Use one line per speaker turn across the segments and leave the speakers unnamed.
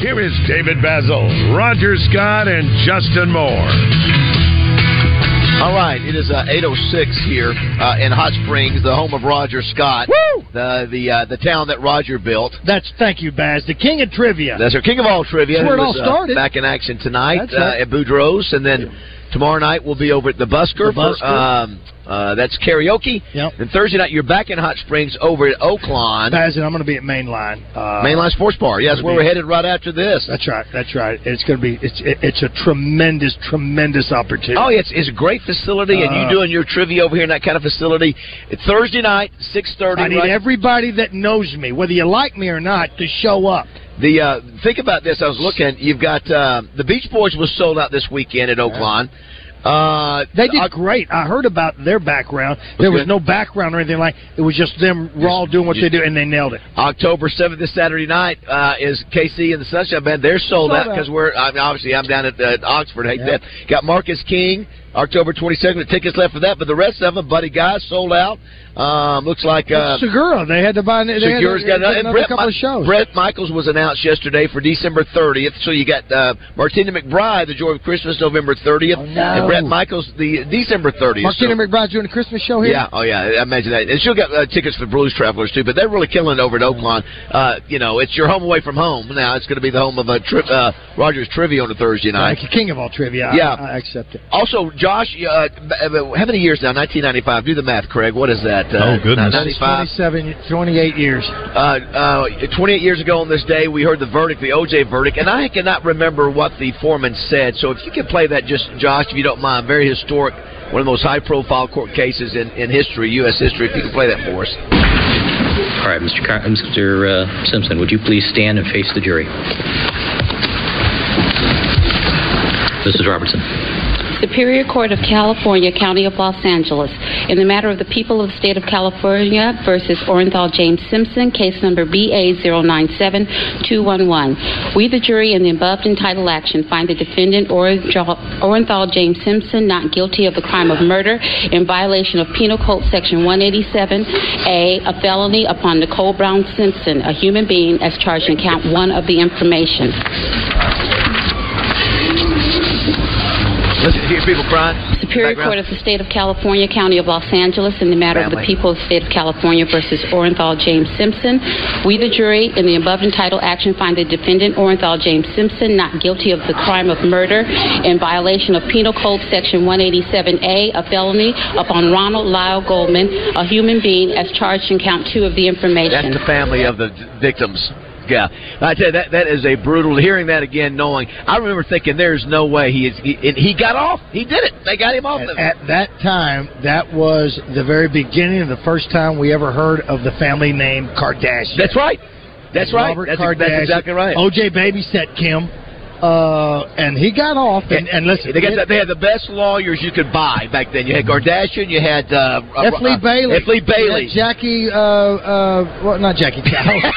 Here is David Basil, Roger Scott, and Justin Moore.
All right, it is uh, 806 here uh, in Hot Springs, the home of Roger Scott, the the uh, the town that Roger built.
That's thank you, Baz, the king of trivia.
That's our king of all trivia.
That's where
who
it all
is, uh,
started.
back in action tonight
That's right.
uh, at Boudreaux's, and then tomorrow night we'll be over at the Busker.
The Busker.
For, um, uh, that's karaoke.
Yep.
And Thursday night you're back in Hot Springs over at Oaklawn
Baz, and I'm going to be at Mainline. Uh,
Mainline Sports Bar. Yes,
gonna
where
be-
we're headed right after this.
That's right. That's right. It's going to be. It's it, it's a tremendous, tremendous opportunity.
Oh, yeah, it's, it's a great facility, and
Uh,
you doing your trivia over here in that kind of facility. Thursday night, six thirty.
I need everybody that knows me, whether you like me or not, to show up.
The uh, think about this. I was looking. You've got uh, the Beach Boys was sold out this weekend at Oakland. Uh,
They did great. I heard about their background. There was
good.
no background or anything like. It was just them raw doing what they do, and they nailed it.
October seventh, this Saturday night, uh, is KC and the Sunshine Band. They're
Sold
sold, out out
out.
because we're I mean, obviously I'm down at uh, Oxford. Hey,
Yeah.
that got Marcus King October twenty second. Tickets left for that, but the rest of them, Buddy Guy, sold out. Um, looks like uh,
Segura, they had to buy. They had
Segura's
to-
got another,
another,
and Brett,
couple of
Mi-
shows.
Brett Michaels was announced yesterday for December 30th. So you got uh, Martina McBride, The Joy of Christmas, November 30th,
Oh, no.
and Brett Michaels the December 30th.
Martina
So-
McBride's doing a Christmas show here.
yeah, oh yeah, I imagine that. And she'll get uh, tickets for Blues Travelers too, but they're really killing it over at Oakland. Uh, you know, it's your home away from home. Now it's going to be the home of a tri- uh, Rogers trivia on a Thursday night.
Like a king of all trivia. I-
Yeah.
I, accept it.
Also, Josh, uh, b- uh, how many years now? 1995. Do the math, Craig. What is that? Uh,
Oh, goodness.
95.
27, 28 years.
uh, uh, 28 years ago on this day, we heard the verdict, the OJ verdict, and I cannot remember what the foreman said. So if you could play that, just Josh, if you don't mind, very historic, one of the most high-profile court cases in, in history, U.S. history. If you could play that for us.
All right, Mr. Car- Mr. Uh, Simpson, would you please stand and face the jury? Mrs. Robertson.
Superior Court of California, County of Los Angeles, in the matter of the people of the state of California versus Orenthal James Simpson, case number BA097211. We, the jury, in the above entitled action, find the defendant Orenthal Orenthal James Simpson not guilty of the crime of murder in violation of Penal Code Section 187A, a felony upon Nicole Brown Simpson, a human being, as charged in count one of the information.
Listen, hear people crying.
Superior
Background.
Court of the State of California, County of Los Angeles, in the matter of the
Family.
people of the State of California versus Orenthal James Simpson. We, the jury, in the above entitled action, find the defendant Orenthal James Simpson not guilty of the crime of murder in violation of Penal Code Section 187A, a felony upon Ronald Lyle Goldman, a human being, as charged in count two of the
That's
information.
the family of the d- victims. Yeah, I tell you that that is a brutal. Hearing that again, knowing I remember thinking, "There's no way he is." He, and he got off. He did it. They got him off.
And
of it.
at that time, that was the very beginning of the first time we ever heard of the family name Kardashian.
That's right. That's right.
Robert
That's,
Kardashian.
that's exactly right.
OJ babysat Kim, uh, and he got off. And, and listen,
They, got the,
it-
they had the best lawyers you could buy back then. You had Kardashian, you had uh, uh,
F. Lee
uh,
Bailey.
F. Lee Bailey.
Yeah, Jackie, uh, uh, well, not Jackie Chow.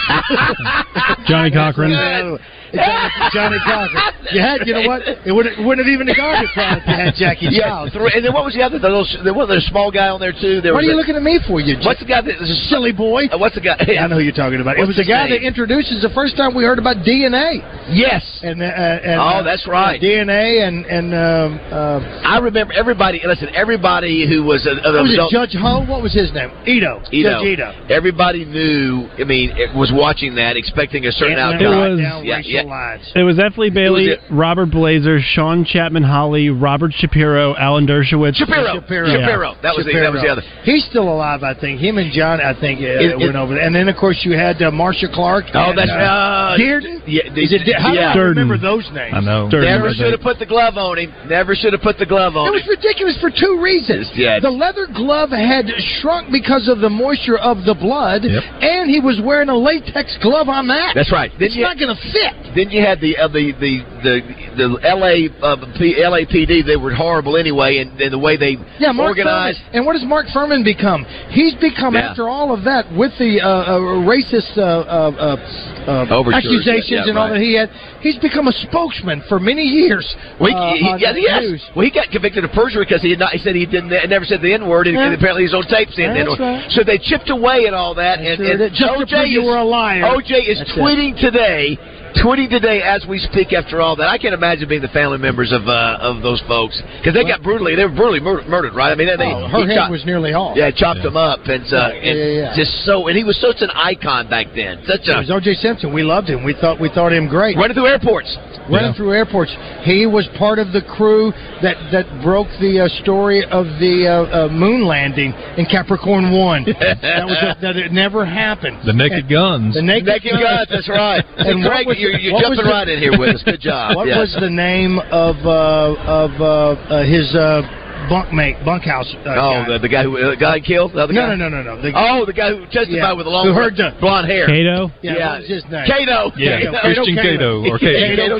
Johnny Cochran.
Johnny, Johnny Cochran. You had, you know what? It wouldn't, it wouldn't have even gone as far if you had Jackie
yeah,
Chow.
three, and then what was the other? The little, there was a small guy on there too. There
What are
was
you
a-
looking at me for, you
What's the guy? That,
silly boy?
uh, what's the guy?
I know who you're talking about. it
What's
was the
his
guy
name?
that introduced us the first time we heard about DNA.
Yes,
And, uh, and
Oh,
uh,
that's right.
DNA and and um, uh,
I remember everybody. Listen, everybody who was a,
what
an
was it
adult-
Judge Ho? What was his name? Ito.
Ito.
Judge Ito.
Everybody knew. I mean, it was watching that, expecting a certain
It
Antler
outcome.
right
was-
down
yeah,
racial
yeah.
lines.
It was F. Lee Bailey,
Who was
Robert Blazer, Sean Chapman Holly, Robert Shapiro, Alan Dershowitz.
Shapiro. Shapiro.
Shapiro.
That was the that was the
Shapiro.
other.
He's still alive, I think. Him and John, I think, uh,
It- it-
went over there. And then, of course, you had uh, Marsha Clark.
Oh,
and,
that's
uh,
uh,
Dearden.
Yeah,
Is it? Dear- How do
yeah.
I remember
Dearden.
those those names.
I know.
Never should have put the glove on him. Never should have put the glove
It
on
was
him.
ridiculous for two reasons.
Yeah.
The leather glove had shrunk because of the moisture of the blood,
Yep.
and he was wearing a latex glove on that.
That's right. Didn't
It's
you,
not going to fit.
then you had the uh, the the the, the LA uh, P, LAPD. They were horrible anyway, and, and the way they
Yeah, Mark
organized.
Furman. And what does Mark Furman become? He's become,
Yeah.
after all of that, with the uh, uh, racist uh, uh, uh, uh,
Overtures,
accusations
yeah, yeah,
and all
right.
that he had, he's become a spokesman for many years.
Well, he,
uh,
he-
on
yeah,
the
yes.
news.
Well, he got convicted of perjury because he had not. He said he didn't. Never said the N word, and,
Yeah.
and apparently he's on tape saying
That's
the N-word.
right.
So they chipped away at all that, and,
Sure,
and
that- just to
OJ
prove you
is-
were a liar.
OJ is
That's it.
tweeting today, tweeting today as we speak. After all that, I can't imagine being the family members of uh, of those folks because they got brutally, they were brutally mur- murdered, right? I mean, they, they
Oh, her
he
head
chopped-
was nearly off.
yeah, chopped them up, and, uh,
Yeah,
and
yeah, yeah.
just so, and he was such an icon back then, such
It
a
was O.J. Simpson. We loved him. We thought we thought him great.
running through airports.
running
Yeah.
through airports. He was part of the crew that that broke the uh, story of the uh, uh, moon landing in Capricorn One. that was a, that it never happened.
The naked guns.
The naked,
Naked guns, that's right.
And
And
what
Greg,
was-
you're, you're
what was
jumping
the-
right in here with us. Good job.
What
Yeah.
was the name of uh, of uh, uh, his uh, bunkmate bunkhouse? Uh,
Oh,
guy?
the, the guy who uh, got killed? The other
no,
guy?
no, no, no, no. The,
Oh, the guy who testified
Yeah.
with the long
Who heard the-
blonde hair.
Cato.
yeah, what was his name?
Cato.
Yeah,
Cato.
Christian
Cato.
Cato. Or
Cato.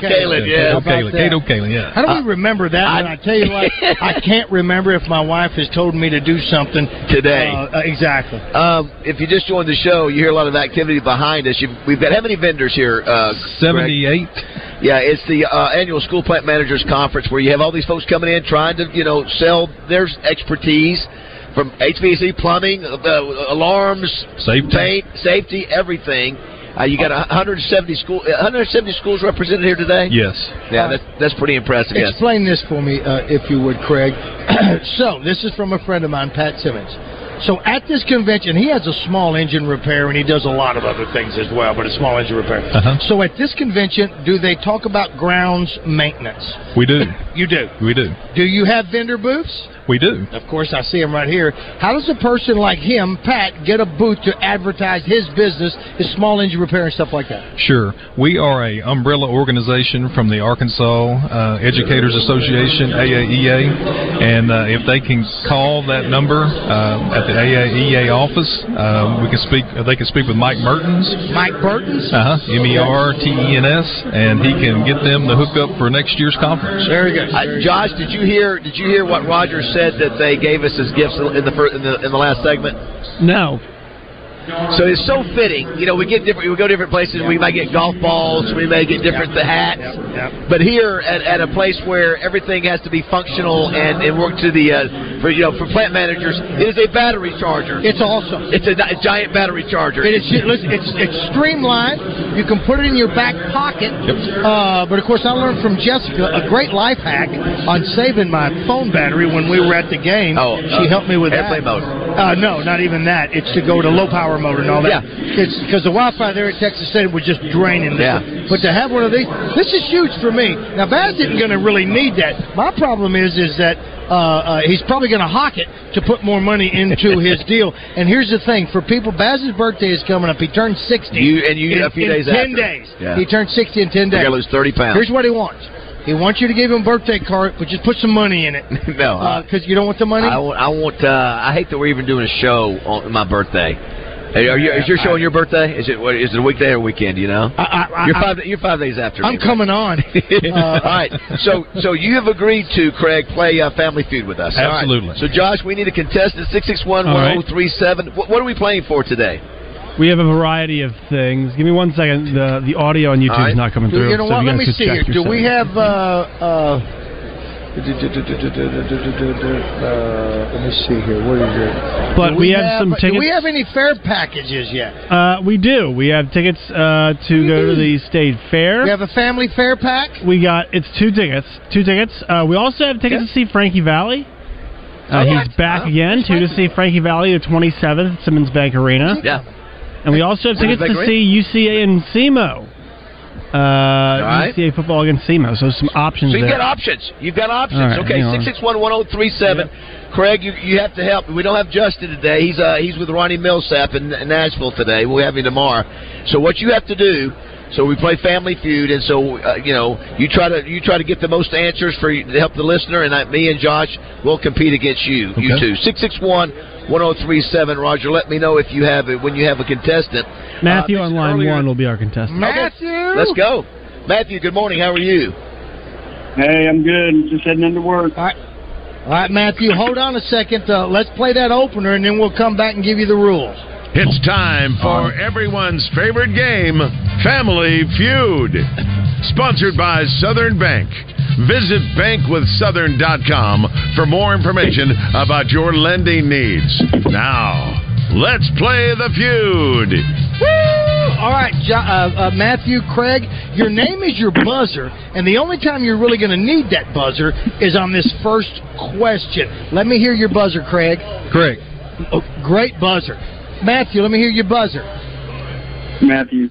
Cato.
Kalin, yeah.
Cato
How about
Kalin.
that?
Cato Kalin, yeah.
How do we remember that?
I-
I, I tell you what, I can't remember if my wife has told me to do something
Today.
Uh, uh, exactly.
Um, if you just joined the show, you hear a lot of activity behind us. You've, we've got how many vendors here? Uh, Greg?
78.
Yeah, it's the uh, annual school plant managers conference where you have all these folks coming in trying to you know sell their expertise from HVAC, plumbing, uh, alarms,
Safety.
paint, safety, everything. Uh, you got 170 school, 170 schools represented here today.
Yes.
yeah that's, that's pretty impressive. Yes.
Explain this for me, uh, if you would, Craig. so, this is from a friend of mine, Pat Simmons. So, at this convention, he has a small engine repair and he does a lot of other things as well, but a small engine repair.
Uh-huh.
So, at this convention, do they talk about grounds maintenance?
We do.
You do.
We do.
Do you have vendor booths?
We do.
Of course, I see him right here. How does a person like him, Pat, get a booth to advertise his business, his small engine repair and stuff like that?
Sure. We are a umbrella organization from the Arkansas uh, Educators Association, AAEA, and uh, if they can call that number uh, at the AAEA office, uh, we can speak. They can speak with Mike Mertens,
Mike Burton's?
uh-huh, M-E-R-T-E-N-S, E and he can get them the hookup for next year's conference.
Very good.
Uh, Josh, did you hear? Did you hear what Roger said that they gave us as gifts in the first, in the in the last segment?
No.
So it's so fitting. You know, we get different. We go different places. We might get golf balls. We may get different the hats.
Yep.
But here at, at a place where everything has to be functional and, and work to the uh, for you know for plant managers, it is a battery charger.
It's awesome.
It's a, di- giant battery charger.
It is, listen, it's, it's streamlined. You can put it in your back pocket. Uh, but of course, I learned from Jessica a great life hack on saving my phone battery when we were at the game.
Oh,
she
uh,
helped me with
airplane
that.
mode.
Uh, no, not even that. It's to go to low power mode and all that.
Yeah.
It's because the Wi-Fi there at Texas State was just draining.
Yeah.
But to have one of these, this is huge for me. Now, Baz isn't going to really need that. My problem is, is that uh, uh, he's probably going to hock it to put more money into his deal. And here's the thing: for people, Baz's birthday is coming up. He turned sixty.
You- and
in,
you- a few
in
days
ten
after.
days.
Yeah.
He turned sixty in ten
We're
days.
gonna lose thirty pounds.
Here's what he wants. He wants you to give him a birthday card, but just put some money in it.
No, I-
because you don't want the money.
I want. I want. Uh, I hate that we're even doing a show on my birthday. Hey, Are you, is your show on your birthday? Is it what, is it a weekday or weekend? You know,
I, I,
you're
I,
five. You're five days after.
I'm
me.
coming on. Uh,
All right. So, so you have agreed to Craig play uh, Family Feud with us. All right.
Absolutely.
So, Josh, we need a contestant six six one
All
one
right.
zero three seven. What what are we playing for today?
We have a variety of things. Give me one second. The the audio on YouTube
All right.
is not coming
Do-
through.
you know
so
what?
you
Let
guys
me
could
see
check
here.
yourself.
Do we have? Uh, uh, uh, let me see here. What is it?
But
Do
we have some
Do we
tickets.
have any fare packages yet?
Uh, we do. We have tickets uh, to go to the state fair.
We have a family fare pack.
We got it's two tickets. Two tickets. Uh, we also have tickets to see Frankie Valley. Uh,
Okay.
He's back
Wow.
again. Two to see Frankie Valley, the 27th, at Simmons Bank Arena.
Yeah.
And we also have
Simmons
tickets
Bank
to
Arena?
see UCA and SEMO. Uh,
right.
UCA football against SEMO. So some options
So you've
there.
got options. You've got options.
All right,
okay,
hang on.
six six one one zero three seven. Craig, you, you have to help. We don't have Justin today. He's uh, he's with Ronnie Millsap in, in Nashville today. We'll have him tomorrow. So what you have to do, So we play Family Feud, and so uh, you know you try to you try to get the most answers for to help the listener, and I, me and Josh will compete against you. You
Okay.
two six six one one zero three seven. Roger, let me know if you have it when you have a contestant.
Matthew
Uh,
on line one will be our contestant.
Matthew, let's go. Matthew, good morning. How are you?
Hey, I'm good. Just heading into work.
All right, All right, Matthew, hold on a second. Uh, let's play that opener, and then we'll come back and give you the rules.
It's time
Um,
for everyone's favorite game, Family Feud. Sponsored by Southern Bank. Visit bankwithsouthern.com for more information about your lending needs. Now, let's play the feud.
Woo! All right, jo- uh, uh, Matthew, Craig, your name is your buzzer, and the only time you're really going to need that buzzer is on this first question. Let me hear your buzzer, Craig.
Correct.
Oh, great buzzer. Matthew, let me hear your buzzer.
Matthew.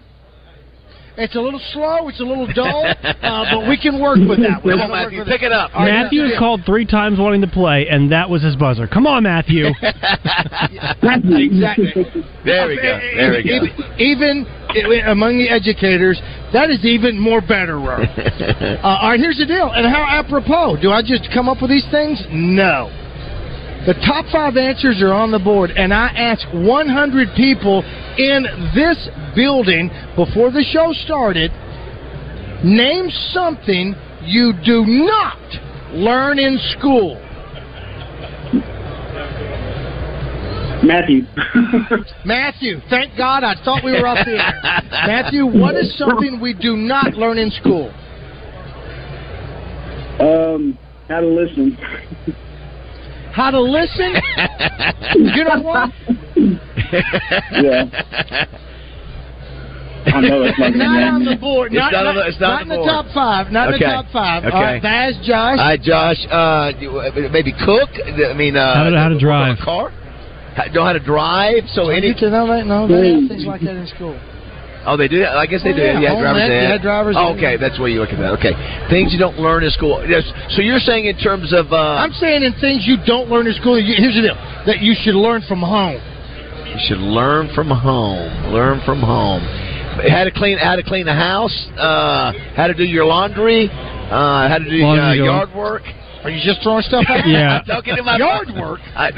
It's a little slow, it's a little dull, uh, but we can work with that. We
Come
can
on,
work
Matthew,
with
pick it up.
All right,
Matthew
Matthew.
has called three times wanting to play, and that was his buzzer. Come on, Matthew.
exactly.
There we go. There we go.
Even i- among the educators, that is even more better, Ron. uh, all right, here's the deal. And how apropos. Do I just come up with these things? No. The top five answers are on the board, and I asked 100 people in this building before the show started name something you do not learn in school.
Matthew.
Matthew, thank God I thought we were up here. Matthew, what is something we do not learn in school? Uh,
Um, how to listen.
How to listen? you know what?
yeah. I know it's like
Not on the board.
It's
Not,
not on
not,
the- it's not
not in
on the
the top
board.
five. Not in the
Okay.
top five.
Okay.
All right, Baz,
All
Josh.
right, Josh. Uh, you- uh, maybe cook. I mean, uh,
How to- how to
work on
drive.
a car. How- Know how to drive. So any.
You can know that? No, they have things like that in school.
Oh, they do. that? I guess they
Oh,
do.
yeah.
Yeah,
Home
drivers.
ec,
ed.
you had drivers
Oh,
ed.
okay, that's where you look at that. Okay, things you don't learn in school. Yes. So you're saying in terms of. Uh,
I'm saying in things you don't learn in school. you- Here's the deal: that you should learn from home.
You should learn from home. Learn from home. How to clean, how to clean the house, uh, how to do your laundry, uh, how to do uh,
Laundry,
yard work.
Are you just throwing stuff out?
Yeah.
I'm talking about
Yard work.
I,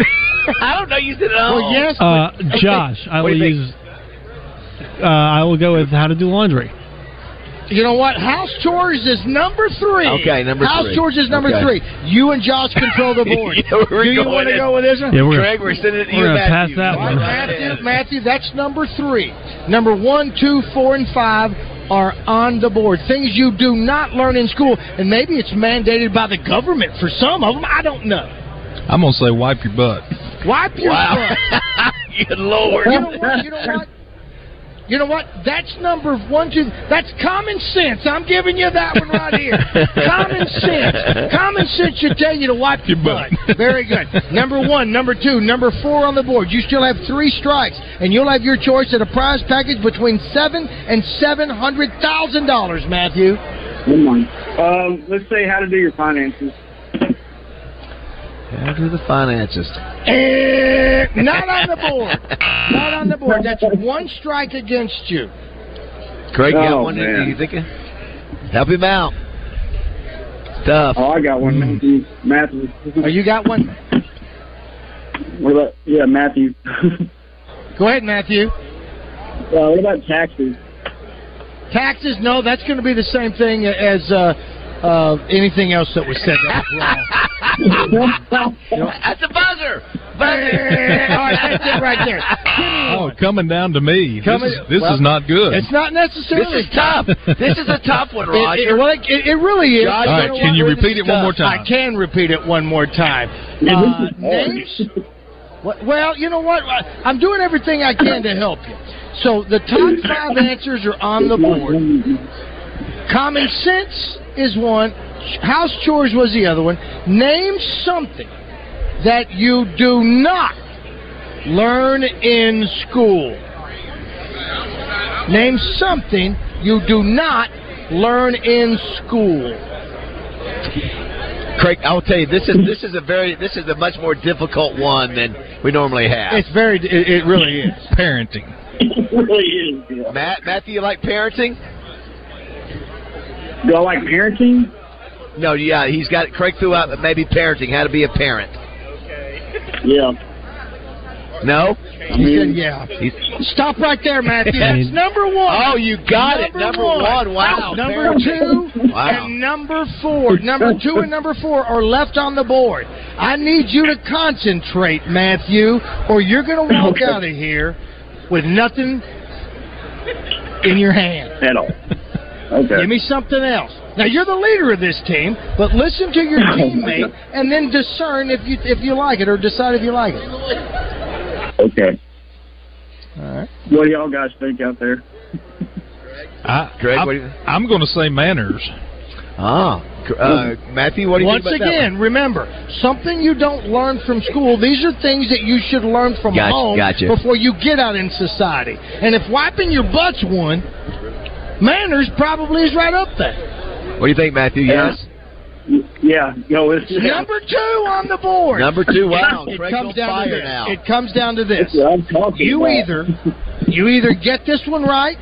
I don't know. You said it all.
Well, yes. but-
Uh, Josh, I
Oh. What
will
do you think?
use. Uh, I will go with how to do laundry.
You know what? House chores is number three.
Okay, number
House
three.
chores is number
Okay.
three. You and Josh control the board.
Yeah, we're
Do you
going
want to
in.
go with this one?
Yeah, we're
Craig, we're sending it to
we're
you,
gonna pass
Matthew.
that
All
one.
right, Matthew, Matthew, that's number three. Number one, two, four, and five are on the board. Things you do not learn in school, and maybe it's mandated by the government for some of them. I don't know.
I'm gonna say wipe your butt.
Wipe your
Wow.
butt.
Good lord.
You know what? You know what? You know what? That's number one, two. That's common sense. I'm giving you that one right here. common sense. Common sense should tell you to wipe your, butt. Very good. Number one, number two, number four on the board. You still have three strikes, and you'll have your choice at a prize package between seven and seven hundred thousand dollars, Matthew.
Good morning. Um, let's say how to do your finances.
How to do the finances.
Eh, not on the board. Not on the board. That's one strike against you.
Craig, you got
Oh,
one?
man.
You thinking? Help him out. It's Tough.
Oh, I got one. Matthew. Matthew.
Oh, you got one.
what about? Yeah, Matthew.
Go ahead, Matthew.
uh, what about taxes?
Taxes? No, that's going to be the same thing as uh, uh, anything else that was said. That was wrong.
That's a buzzer.
Eh, all right, that's it right there.
Oh, coming down to me.
Coming-
this is, this
well,
is not good.
It's not
This
necessarily.
is tough. This is a tough one,
It-
Roger.
it, well, it, it really is.
Josh,
All right, can you repeat it one more time?
I can repeat it one more time.
Yeah, this
Uh,
is hard.
names? What- Well, you know what? I- I'm doing everything I can to help you. So the top five answers are on the board. Common sense is one. House chores was the other one. Name something that you do not learn in school. Name something you do not learn in school.
Craig, I'll tell you this is this is a very this is a much more difficult one than we normally have.
It's very. It, it really is.
Parenting.
It really is. Yeah.
Matt, Matthew, you like parenting?
Do I like parenting?
No, yeah, he's got Craig threw out maybe parenting, how to be a parent.
Yeah.
No?
He said yeah. Stop right there, Matthew. That's number one.
Oh, you got it. Number one. Wow.
Number two
Wow.
and number four. Number two and number four are left on the board. I need you to concentrate, Matthew, or you're going to walk out of here with nothing in your hand.
At all. Okay.
Give me something else. Now you're the leader of this team, but listen to your teammate and then discern if you if you like it or decide if you like it.
Okay.
All right.
What do y'all guys think out there?
I,
Greg,
I'm,
what do you-
I'm going to say manners.
Ah. Uh, Matthew, what do you
Once
think about that one?
again, remember something you don't learn from school. These are things that you should learn from
Gotcha,
home
gotcha.
before you get out in society. And if wiping your butts one, manners probably is right up there.
What do you think, Matthew?
Yeah.
Yes.
Yeah. Go with
Number two on the board.
Number two. Wow.
it
Craig's on
comes down to
fire
this.
now.
It comes down to this.
what I'm talking
You
about.
either you either get this one right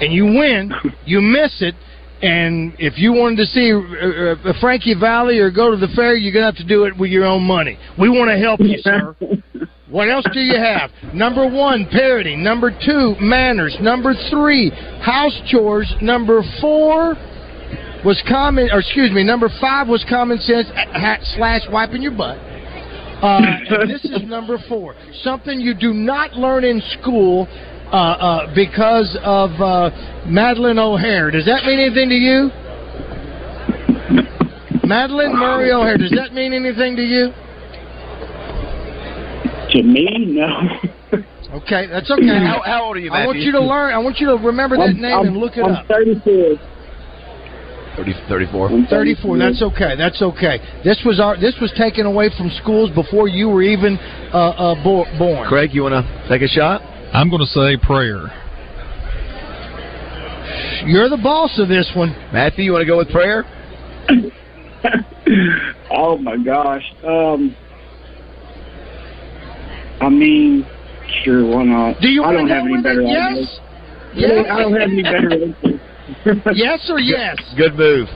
and you win, you miss it, and if you wanted to see uh, uh, Frankie Valley or go to the fair, you're gonna have to do it with your own money. We want to help you, sir. What else do you have? Number one, parody. Number two, manners. Number three, house chores. Number four was common, or excuse me, number five was common sense ha- slash wiping your butt. Uh, and this is number four. Something you do not learn in school uh, uh, because of uh, Madeline O'Hare. Does that mean anything to you? Madeline Murray O'Hare. Does that mean anything to you?
To me, no.
Okay, that's okay.
How, how old are you, Matthew?
I want you to learn. I want you to remember that
I'm,
name
I'm,
and look it
I'm
up.
34.
30, 34.
I'm
34. That's okay. That's okay. This was our. This was taken away from schools before you were even uh, uh, bo- born.
Craig, you want to take a shot?
I'm going to say prayer.
You're the boss of this one.
Matthew, you want to go with prayer?
oh my gosh. Um, I mean, sure, why not?
Do you
I don't
want to
have
go
any
with
better
it?
ideas.
Yes.
Really, I
Yes.
don't have any better answers.
Yes or yes.
Good move.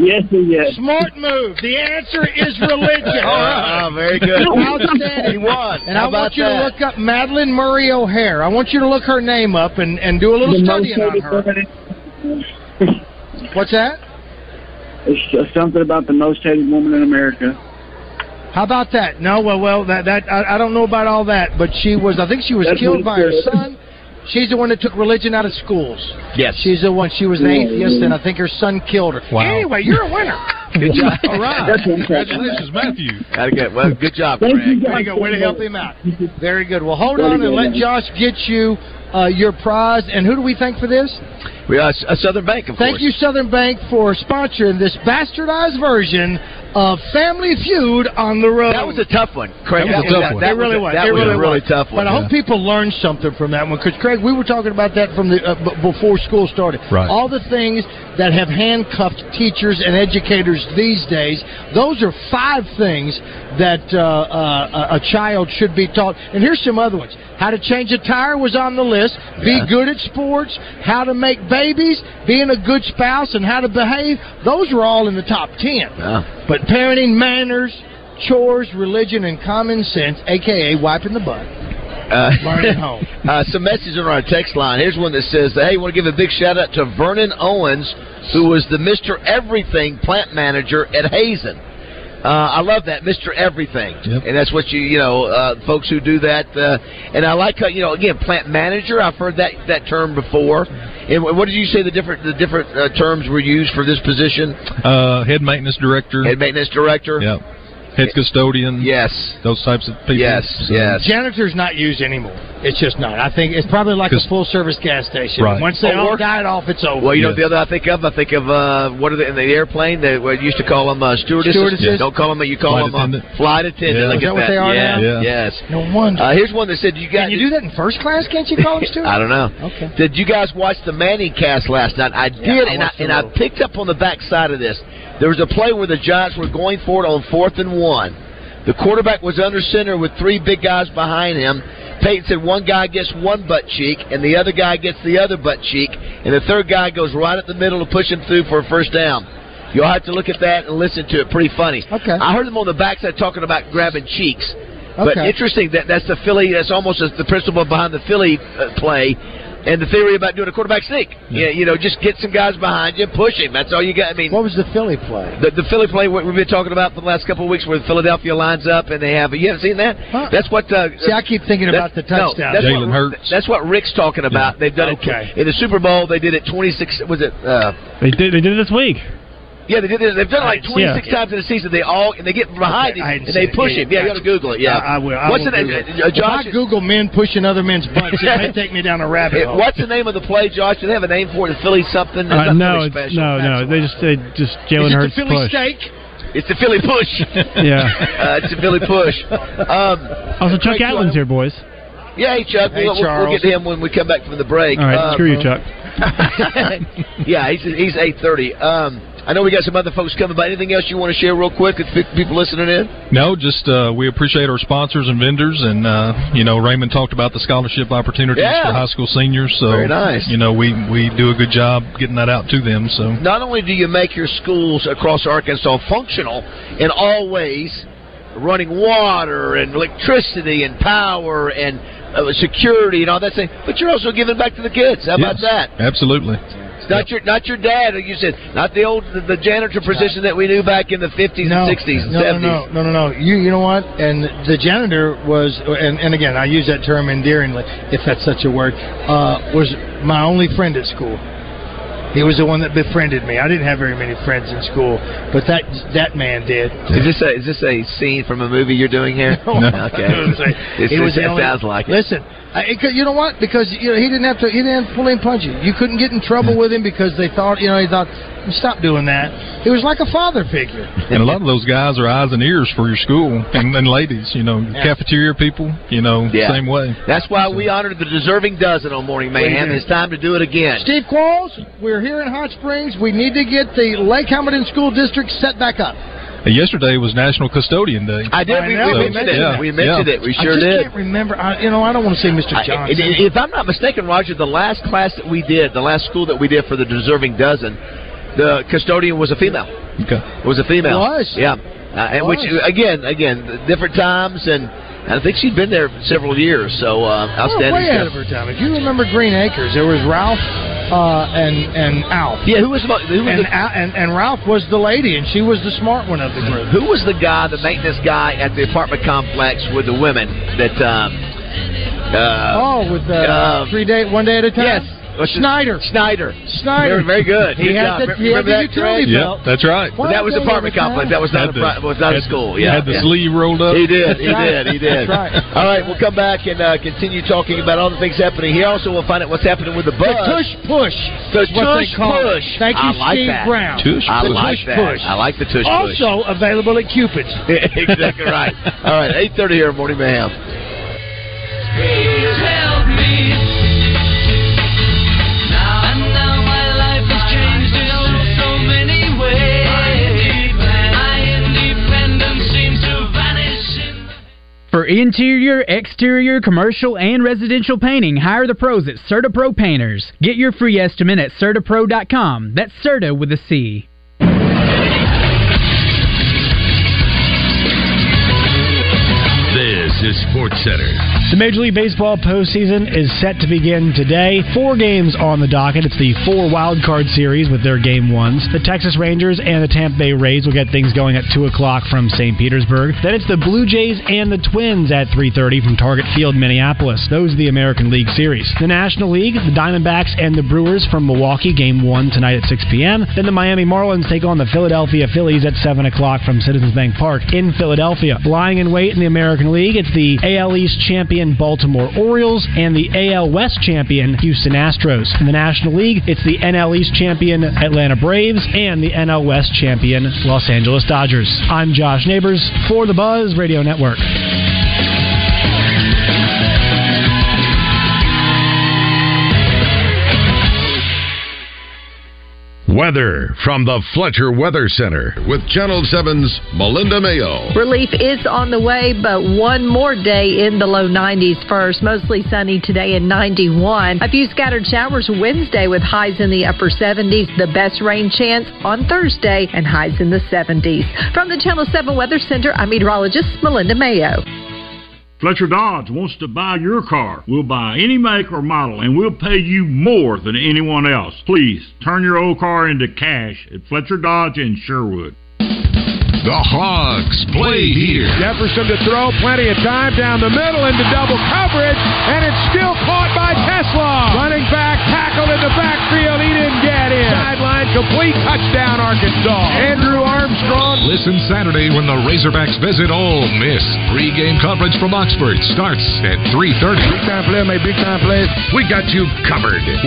yes or yes.
Smart move. The answer is religion.
All right. Ah, very good.
Outstanding.
He won.
And
How
I
about
want you
that?
to look up Madeline Murray O'Hare. I want you to look her name up and, and do a little
The
studying on her.
hated woman-
What's that?
It's just something about the most hated woman in America.
How about that? No, well, well, that that I, I don't know about all that, but she was. I think she was
That's
killed
what
by
it
her
said.
son. She's the one that took religion out of schools.
Yes.
She's the one. She was an atheist, and I think her son killed her.
Wow.
Anyway, you're a winner.
Good job.
All right.
That's what I'm talking about.
Congratulations, Matthew.
Gotta get- well, good job,
Thank you
Craig.
guys.
Way to go. Way to help him out. Very good. Well, hold
Very
on and
good,
let
man.
Josh get you uh, your prize. And who do we thank for this?
We are a Southern Bank, of
Thank
course.
you, Southern Bank, for sponsoring this bastardized version of Family Feud on the road.
That was a tough one, Craig.
That was a tough one.
That
it really was.
That
it
was
really
a really
was.
tough one.
But I hope people learned something from that one because Craig, we were talking about that from the uh, b- before school started.
Right.
All the things that have handcuffed teachers and educators these days. Those are five things that uh, uh, a a child should be taught. And here's some other ones: how to change a tire was on the list. Be good at sports. How to make babies. Being a good spouse and how to behave. Those were all in the top ten.
Yeah.
But parenting manners, chores, religion, and common sense, aka wiping the butt.
Uh,
Learn at home.
uh, some message on our text line. Here's one that says, "Hey, want to give a big shout out to Vernon Owens, who was the Mister Everything plant manager at Hazen." Uh, I love that, Mister Everything,
Yep.
and that's what you you know, uh, folks who do that. Uh, and I like how you know again, plant manager. I've heard that that term before. And wh- what did you say the different the different uh, terms were used for this position?
Uh, head maintenance director.
Head maintenance director.
Yep. Head custodian.
Yes.
Those types of people.
Yes,
So-
yes.
Janitor's not used anymore. It's just not. I think it's probably like a
'Cause-
full service gas station.
Right.
Once they
Oh,
all
work-
died off, it's over.
Well, you know
Yes.
the other I think of. I think of uh, what are they in the airplane? They what you used to call them uh, stewardesses.
Stewardesses?
Don't call them. You call
Flight
them uh,
attendant.
flight attendant.
Yeah.
Look
Is
at
that what they are
Yeah,
now?
Yeah.
Yes.
no wonder.
Uh, here's one that said you guys.
Can you do that in first class? Can't you call them students?
I don't know.
Okay.
Did you guys watch the Manning cast last night? I did,
I
and I
watched a
and I
little.
picked up on the backside of this. There was a play where the Giants were going for it on fourth and one. The quarterback was under center with three big guys behind him. Peyton said one guy gets one butt cheek, and the other guy gets the other butt cheek, and the third guy goes right at the middle to push him through for a first down. You'll have to look at that and listen to it. Pretty funny. Okay. I heard them on the backside talking about grabbing cheeks. But
Okay.
interesting that that's the Philly. That's almost as the principle behind the Philly uh, play, and the theory about doing a quarterback sneak. Yeah, you know, just get some guys behind you, push him. That's all you got. I mean,
What was the Philly play?
the, the Philly play what we've been talking about for the last couple of weeks, where Philadelphia lines up and they have. You haven't seen that? That's what. Uh,
See, I keep thinking
that-
about the
no,
touchdown.
that's what- That's what Rick's talking about. They've done
Okay.
it in the Super Bowl. They did it 26. Was it? Uh,
They did. They did it this week.
yeah, they did. It, they've done it like
Yeah.
26 times in a season. They all and they get behind
Okay, I
him
hadn't
and
seen
they
it.
push
Yeah,
him. Yeah, you
gotcha.
gotta Google it. Yeah,
I, I will. I
What's
will
the name?
Google
Uh,
it. If
Josh,
I Google men pushing other men's butts, it may take me down a rabbit
It-
hole.
what's the name of the play, Josh? Do they have a name for it? The Philly something? It's
Uh,
not
no,
Philly
it's,
special.
no, no. They just they just Jalen Hurts push.
It's the Philly push.
Yeah.
uh, it's the Philly push. Um,
Also, Chuck
Craig, you
Atlin's here, boys.
yeah, hey Chuck,
Hey,
we'll, we'll- we'll
Charles.
get to him when we come back from the break.
All right,
Um,
screw you, Chuck.
yeah, he's he's eight thirty. Um, I know we got some other folks coming by. Anything else you want to share real quick with pe- people listening in?
No, just uh, we appreciate our sponsors and vendors, and uh, you know Raymond talked about the scholarship opportunities
Yeah.
for high school seniors. So
Very nice.
You know we we do a good job getting that out to them. So
Not only do you make your schools across Arkansas functional in all ways, running water and electricity and power and uh, security and all that thing, but you're also giving back to the kids. How about
Yes,
that?
Absolutely.
It's not your not your dad. like You said not the old the, the janitor position that we knew back in the 50s
no,
and 60s and
no,
70s.
no, no, no, no, no. You, you know what? And the janitor was, and, and again, I use that term endearingly, if that's such a word, uh, was my only friend at school. He was the one that befriended me. I didn't have very many friends in school, but that that man did.
Is this a is this a scene from a movie you're doing here?
No.
Okay.
It
It's-
was the
it
only-
sounds like it.
Listen, I, it, could- you know what? Because you know he didn't have to. He didn't have to pull him punch you. You couldn't get in trouble with him because they thought you know he thought stop doing that. He was like a father figure.
and a lot of those guys are eyes and ears for your school and, and ladies. You know, cafeteria people. You know,
Yeah.
same way.
That's why we honored the deserving dozen on Morning Mayhem. It's time to do it again.
Steve Qualls, we're here in Hot Springs. We need to get the Lake Hamilton School District set back up.
Uh, Yesterday was National Custodian Day.
I did. We, we
So,
mentioned it.
yeah,
We mentioned
yeah.
it. We
I
sure
just
did.
can't remember. I, you know, I don't want to say Mr.
I-
Johnson.
and if I'm not mistaken, Roger, the last class that we did, the last school that we did for the deserving dozen, the custodian was a female.
Okay.
Was a female.
Was.
Yeah. Uh, and which
Was.
again, again, different times, and I think she'd been there several years. So
We're
uh, outstanding
Oh, way
stuff.
ahead of her time. If you remember Green Acres, there was Ralph uh, and and Alf.
Yeah, who was the, mo- who
and,
was the
Al- and and Ralph was the lady, and she was the smart one of the group.
Who was the guy, the maintenance guy at the apartment complex with the women that? Um, uh,
Oh, with uh,
Um,
three day, one day at a time.
Yes. What's his-
Snyder.
Snyder.
Snyder.
Very, very good.
He
Good
had
job.
the, he had
Remember
the
that,
utility
Craig?
Yeah,
belt.
that's right.
Why
that was
did
the apartment
they have that?
complex. That was not
Had
a
the-
pri- was not
had
a
the-
school. Yeah,
had the
yeah.
sleeve rolled up.
He did. He
That's right.
did. He
That's
did.
right.
All right, we'll come back and uh, continue talking about all the things happening here. Also, we'll find out what's happening with the buzz.
The tush push. is
The
what
tush
they call it.
push.
Thank you,
I like
Steve
that.
Brown.
Tush
I
push.
like
Tush
that.
push.
I like the tush push.
also available at Cupid's.
exactly right. All right, eight thirty here, at morning mayhem.
Please help me. Now I know my life has changed in oh so many ways. My independence seems to vanish in the
For interior, exterior, commercial, and residential painting, hire the pros at Certa Pro Painters. Get your free estimate at CertaPro.com. That's Certa with a C.
This is Sports Center.
The Major League Baseball postseason is set to begin today. Four games on the docket. It's the four wild card series with their game ones. The Texas Rangers and the Tampa Bay Rays will get things going at two o'clock from St. Petersburg. Then it's the Blue Jays and the Twins at three thirty from Target Field, Minneapolis. Those are the American League series. The National League, the Diamondbacks and the Brewers from Milwaukee. Game one tonight at six p.m. Then the Miami Marlins take on the Philadelphia Phillies at seven o'clock from Citizens Bank Park in Philadelphia. Lying in wait in the American League, it's the AL East champion Baltimore Orioles and the AL West champion Houston Astros. In the National League, it's the NL East champion Atlanta Braves and the NL West champion Los Angeles Dodgers. I'm Josh Neighbors for the Buzz Radio Network.
Weather from the Fletcher Weather Center with Channel 7's Melinda Mayo.
Relief is on the way, but one more day in the low 90s first. Mostly sunny today in 91. A few scattered showers Wednesday with highs in the upper 70s. The best rain chance on Thursday and highs in the 70s. From the Channel 7 Weather Center, I'm meteorologist Melinda Mayo.
Fletcher Dodge wants to buy your car. We'll buy any make or model and we'll pay you more than anyone else. Please turn your old car into cash at Fletcher Dodge in Sherwood.
The Hogs play here.
Jefferson to throw, plenty of time down the middle into double coverage, and it's still caught by Tesla. Running back, tackled in the backfield, he didn't get in. Sideline complete, touchdown Arkansas. Andrew Armstrong.
Listen Saturday when the Razorbacks visit Ole Miss. Pre-game coverage from Oxford starts at 3.30.
Big time play, mate, big time play.
We got you covered. 1037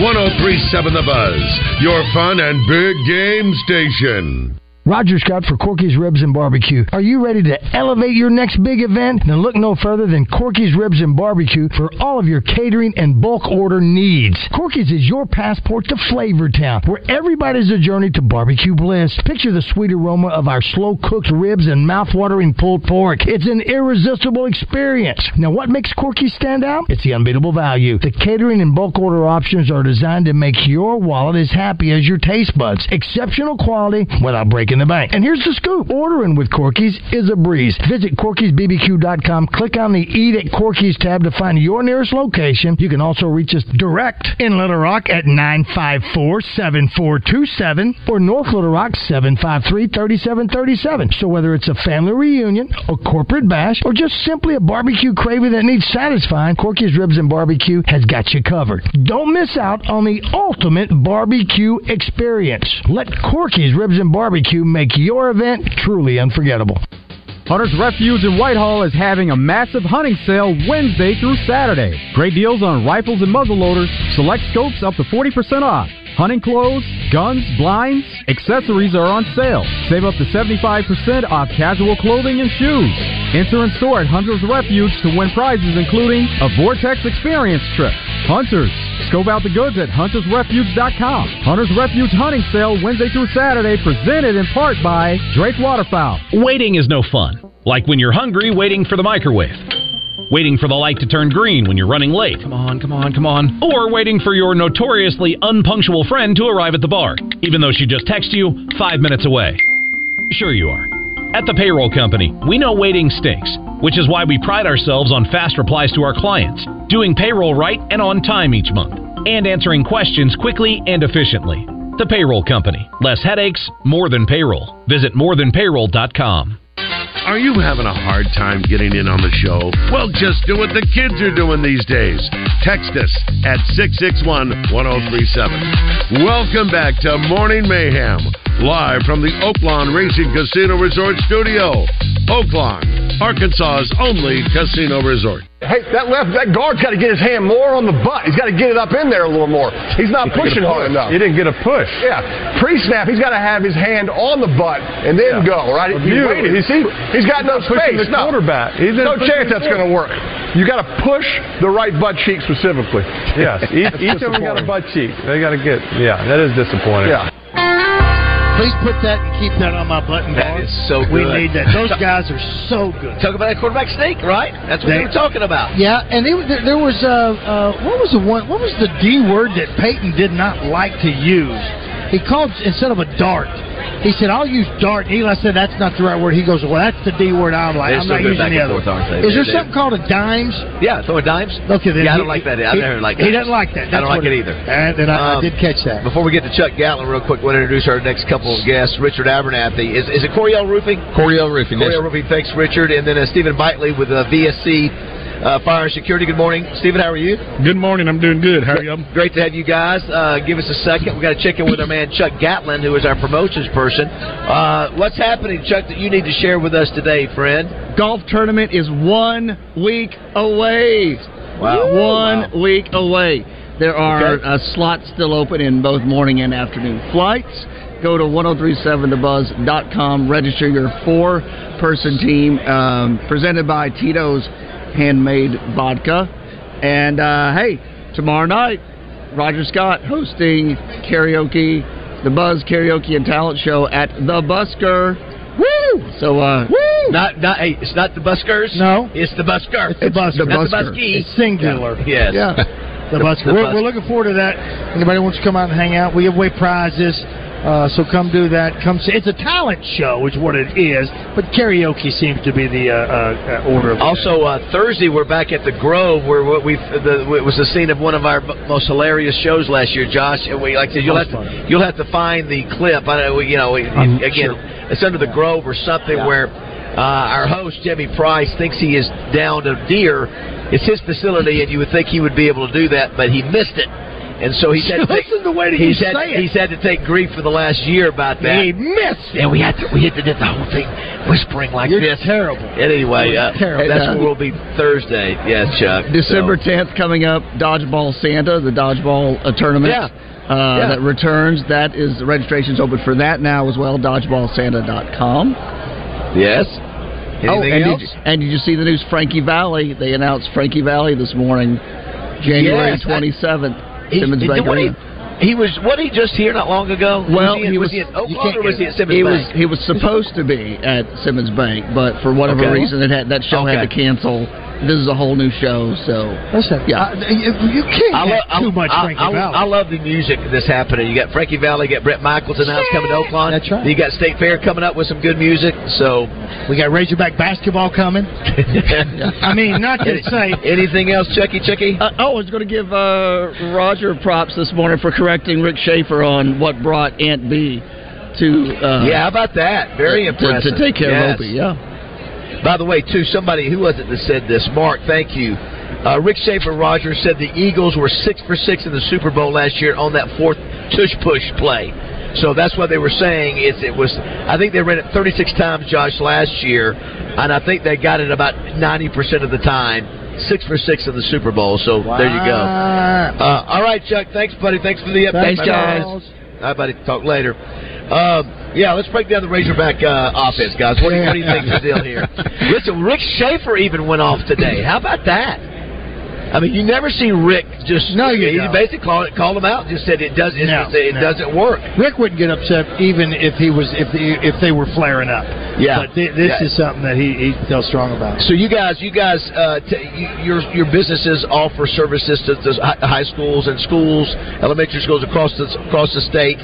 The Buzz, your fun and big game station.
Roger Scott for Corky's Ribs and Barbecue. Are you ready to elevate your next big event? Then look no further than Corky's Ribs and Barbecue for all of your catering and bulk order needs. Corky's is your passport to Flavor Town, where everybody's a journey to barbecue bliss. Picture the sweet aroma of our slow cooked ribs and mouth-watering pulled pork. It's an irresistible experience. Now, what makes Corky's stand out? It's the unbeatable value. The catering and bulk order options are designed to make your wallet as happy as your taste buds. Exceptional quality without breaking in the bank. And here's the scoop. Ordering with Corky's is a breeze. Visit Corky'sBBQ.com. Click on the Eat at Corky's tab to find your nearest location. You can also reach us direct in Little Rock at 954-7427 or North Little Rock 753-3737. So whether it's a family reunion, a corporate bash, or just simply a barbecue craving that needs satisfying, Corky's Ribs and Barbecue has got you covered. Don't miss out on the ultimate barbecue experience. Let Corky's Ribs and Barbecue make your event truly unforgettable.
Hunter's Refuge in Whitehall is having a massive hunting sale Wednesday through Saturday. Great deals on rifles and muzzleloaders, select scopes up to 40% off. Hunting clothes, guns, blinds, accessories are on sale. Save up to 75% off casual clothing and shoes. Enter and store at Hunter's Refuge to win prizes including a Vortex Experience trip. Hunters, scope out the goods at huntersrefuge.com. Hunter's Refuge Hunting Sale Wednesday through Saturday presented in part by Drake Waterfowl.
Waiting is no fun. Like when you're hungry waiting for the microwave. Waiting for the light to turn green when you're running late. Come on, come on, come on. Or waiting for your notoriously unpunctual friend to arrive at the bar, even though she just texted you five minutes away. Sure you are. At the payroll company, we know waiting stinks, which is why we pride ourselves on fast replies to our clients, doing payroll right and on time each month, and answering questions quickly and efficiently. The payroll company. Less headaches, more than payroll. Visit morethanpayroll.com.
Are you having a hard time getting in on the show? Well, just do what the kids are doing these days. Text us at 661 1037. Welcome back to Morning Mayhem, live from the Oaklawn Racing Casino Resort Studio. Oaklawn, Arkansas's only casino resort.
Hey, that left that guard's got to get his hand more on the butt. He's got to get it up in there a little more. He's not pushing hard enough.
He didn't get a push.
Yeah, pre-snap, he's got to have his hand on the butt and then go. Right? He's
You-
waiting.
you see?
he's got no
pushing
space.
the
no.
quarterback. He's
no
pushing
chance
the
that's going to work. You got to push the right butt cheek specifically.
Yes, each, each of them got a butt cheek. They got to get. Yeah, that is disappointing.
Yeah.
Please put that and keep that on my button bar.
That is so
We
good.
need that. Those guys are so good.
Talk about that quarterback sneak, right? That's what
They-
we were talking about.
Yeah, and it, there, there was uh, uh, what was the one? What was the D word that Peyton did not like to use? He called instead of a dart. He said, "I'll use dart." And Eli said, "That's not the right word." He goes, "Well, that's the D word. I'm like, I'm
They're still
not
going
using
back
the
and
other."
forth, aren't they?
Is there
They're-
something called a dimes?
Yeah, throwing dimes.
Okay, then
yeah, I
he-
don't like that. I
he-
never like
he
that.
doesn't like that.
I
That's
don't
what
like
it-
it either. Um,
And- and I- I did catch that.
Before we get to Chuck Gatlin, real quick, want to introduce our next couple of guests. Richard Abernathy. Is, is it Coriel Roofing?
Coriel Roofing. yes,
Coriel Roofing. Thanks, Richard. And then uh, Stephen Bitely with uh, VSC uh, Fire and Security. Good morning, Stephen. How are you?
Good morning. I'm doing good. How are you?
Great to have you guys. Uh, give us a second. We got to check in with our man Chuck Gatlin, who is our promotions person. Uh, what's happening, Chuck? That you need to share with us today, friend?
Golf tournament is one week away.
Wow.
One week away. There are
Okay.
uh, slots still open in both morning and afternoon flights. Go to 1037thebuzz.com, register your four person team um, presented by Tito's Handmade Vodka. And uh, hey, tomorrow night, Roger Scott hosting karaoke the Buzz Karaoke and Talent Show at the Busker. Woo! So, uh, Woo!
Not, not, hey, it's not the buskers.
No,
it's the busker. It's
the busker.
Not the
busker.
buskee.
It's singular.
Yes.
Yeah. The bus.
The
we're,
bus.
we're looking forward to that. Anybody wants to come out and hang out? We give away prizes, uh, so come do that. Come. See. It's a talent show, is what it is. But karaoke seems to be the uh, uh, uh, order of.
Also, uh, Thursday we're back at the Grove, where we- we the, it was the scene of one of our most hilarious shows last year. Josh, and we like I said, you'll have to, you'll have to find the clip. I don't, you know, it-
I'm
again,
sure.
it's under the Grove or something where uh, our host Jimmy Price thinks he is down a deer. It's his facility, and you would think he would be able to do that, but he missed it. And so he's had to take,
Listen to the way that you
he's had,
say it.
he's had to take grief for the last year about that.
He missed.
and we had to we had to do the whole thing whispering like
You're
this.
terrible.
And anyway,
You're
uh,
terrible.
that's
Yeah.
where we'll be Thursday. Yeah, Chuck.
December 10th coming up, Dodgeball Santa, the dodgeball uh, tournament.
Yeah.
Uh,
Yeah.
That returns. That is registration's open for that now as well. Dodgeballsanta.com.
Yes.
oh,
Anything
and Did
else?
you, and did you see the news? Frankie Valley. They announced Frankie Valley this morning, January
Yes, I-
27th.
He-
Simmons
did-
Bank
what he-
Arena.
He was what he just here not long ago.
Well,
was he, in-
he
was,
was-
he in
you
Oakland or was he at Simmons
He
Bank?
was he was supposed to be at Simmons Bank, but for whatever Okay. reason, it had that show had to cancel. This is a whole new show, so
listen,
yeah,
you can't
I
have too much
I,
Frankie
I-
Valli.
I love the music that's happening. You got Frankie Valley, you got Brett Michaels announced coming to Oakland. That's right. You got State Fair coming up with some good music. So
we got Razorback basketball coming. I mean, not to say
anything else, Chucky. Chucky.
Uh, oh, I was going to give uh, Roger props this morning for correcting Rick Schaefer on what brought Aunt B to. Uh,
yeah, how about that? Very
to-
impressive.
To, take care
Yes.
of Opie, yeah.
By the way, too, somebody who was it that said this? Mark, thank you. Uh, Rick Schaefer Rogers said the Eagles were six for six in the Super Bowl last year on that fourth tush push play. So that's what they were saying. Is it was? I think they ran it 36 times, Josh, last year, and I think they got it about 90 percent of the time. Six for six in the Super Bowl. So there you go. Uh, all right, Chuck. Thanks, buddy. Thanks for the update.
Thanks, guys.
All right, buddy. Talk later. Um, yeah, let's break down the Razorback uh, offense, guys. What do, you, what do you think's the deal here? Listen, Rick Schaefer even went off today. How about that? I mean, you never see Rick just no. You he
don't.
basically called it, called him out. Just said it does it,
No,
it
no.
doesn't work.
Rick wouldn't get upset even if he was if the, if they were flaring up.
Yeah.
but thi- this
Yeah.
is something that he, he feels strong about.
So you guys, you guys, uh, t- you, your your businesses offer services to, to hi- high schools and schools, elementary schools across the across the state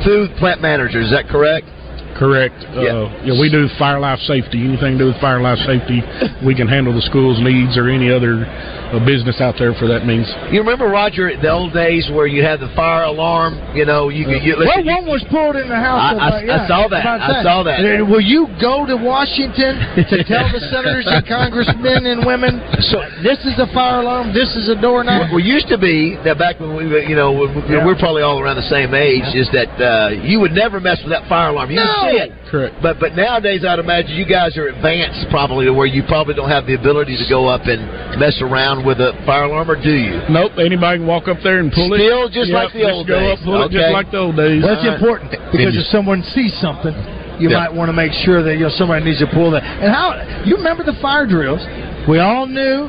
through plant managers. Is that correct?
Correct. Uh, yeah, we do fire life safety. Anything to do with fire life safety, we can handle the school's needs or any other uh, business out there for that means.
You remember Roger the old days where you had the fire alarm? You know, you could. You,
well,
listen, you-
one was pulled in the
I-
house.
I-
about-
I
yeah,
saw that.
about
I saw that.
And, uh, Will you go to Washington to tell the senators and congressmen and women?
So
this is a fire alarm. This is a door knob.
Well, used to be that back when we, were, you know, we- we-
Yeah.
we're probably all around the same age. Is that uh, you would never mess with that fire alarm? You would
No.
see it.
Correct.
But but nowadays, I'd imagine you guys are advanced probably to where you probably don't have the ability to go up and mess around with a fire alarm, or do you?
Nope, anybody can walk up there and pull it.
Still just
Yep,
like the old
go
days.
Up, pull it
Okay.
just like the old days.
Well, that's important because if someone sees something, you
Yeah.
might want to make sure that you know, somebody needs to pull that. And how you remember the fire drills? We all knew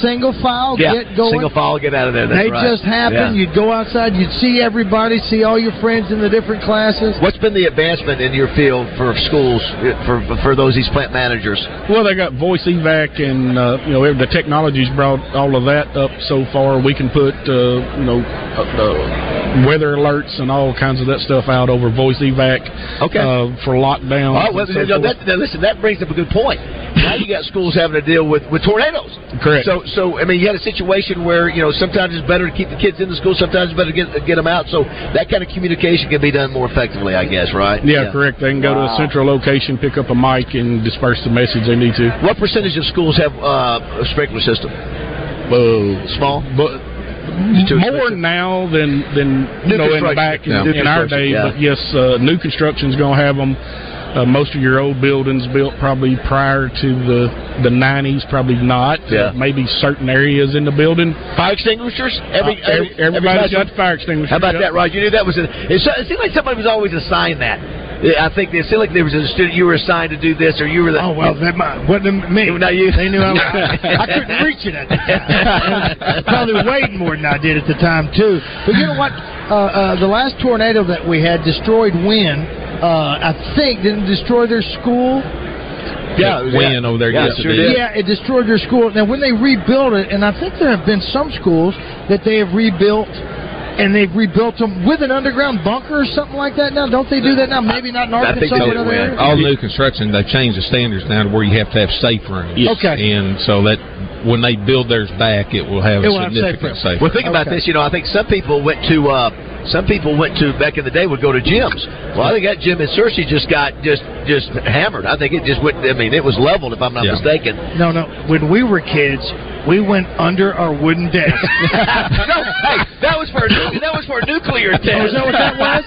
single file
yeah.
get going.
Single file, get out of there. That's
they
right.
just
Yeah.
happen. You'd go outside, you'd see everybody, see all your friends in the different classes.
What's been the advancement in your field for schools uh, for for those these plant managers?
Well, they got voice evac, and uh, you know the technology's brought all of that up so far. We can put uh, you know uh, uh, weather alerts and all kinds of that stuff out over voice evac.
Okay.
Uh, for lockdowns.
Oh, well,
and so
you know,
forth.
that, now, listen, that brings up a good point. Now you got schools having to deal with, with tornadoes.
Correct.
So, so I mean, you had a situation where you know sometimes it's better to keep the kids in the school, sometimes it's better to get get them out. So that kind of communication can be done more effectively, I guess, right?
yeah, correct. They can go to a
Wow.
central location, pick up a mic, and disperse the message they need to.
What percentage of schools have uh, a sprinkler system? Small,
but more now than than
New
you know in
construction.
the back in-
Yeah.
in,
New
our day.
construction, yeah.
But yes, uh, new construction's going to have them. Uh, most of your old buildings built probably prior to the the nineties, probably not. Uh,
Yeah.
maybe certain areas in the building.
Fire extinguishers. Every,
Uh, every-
every,
everybody's
classroom?
got fire extinguishers,
How about
yep.
that, Roger? You knew that was. A, it, so- it seemed like somebody was always assigned that. I think they seemed like there was a student you were assigned to do this, or you were the. Oh
well, that might, wasn't me.
Not you.
They knew I, was, I couldn't reach it at the time. Probably weighed more than I did at the time too. But you know what? Uh, uh, the last tornado that we had destroyed Wynn. Uh, I think didn't it destroy their school.
Yeah, Wynn over there, yes, it did.
Yeah, it destroyed their school. Now, when they rebuilt it, and I think there have been some schools that they have rebuilt, and they've rebuilt them with an underground bunker or something like that. Now, don't they do that now? Maybe not in Arkansas, but other areas.
All new construction, they've changed the standards now to where you have to have safe rooms.
Yes. Okay.
And so that when they build theirs back, it will have a
It will have safe
significant
rooms.
safe.
Well, think about this. You know, I think some people went to. Uh, some people went to back in the day would go to gyms. Well, I think that gym in Searcy just got just just hammered. I think it just went. I mean, it was leveled if I'm not mistaken.
No, no. When we were kids, we went under our wooden desk.
no, hey, that was for a nu- that was for a nuclear test.
Oh, is that what that was?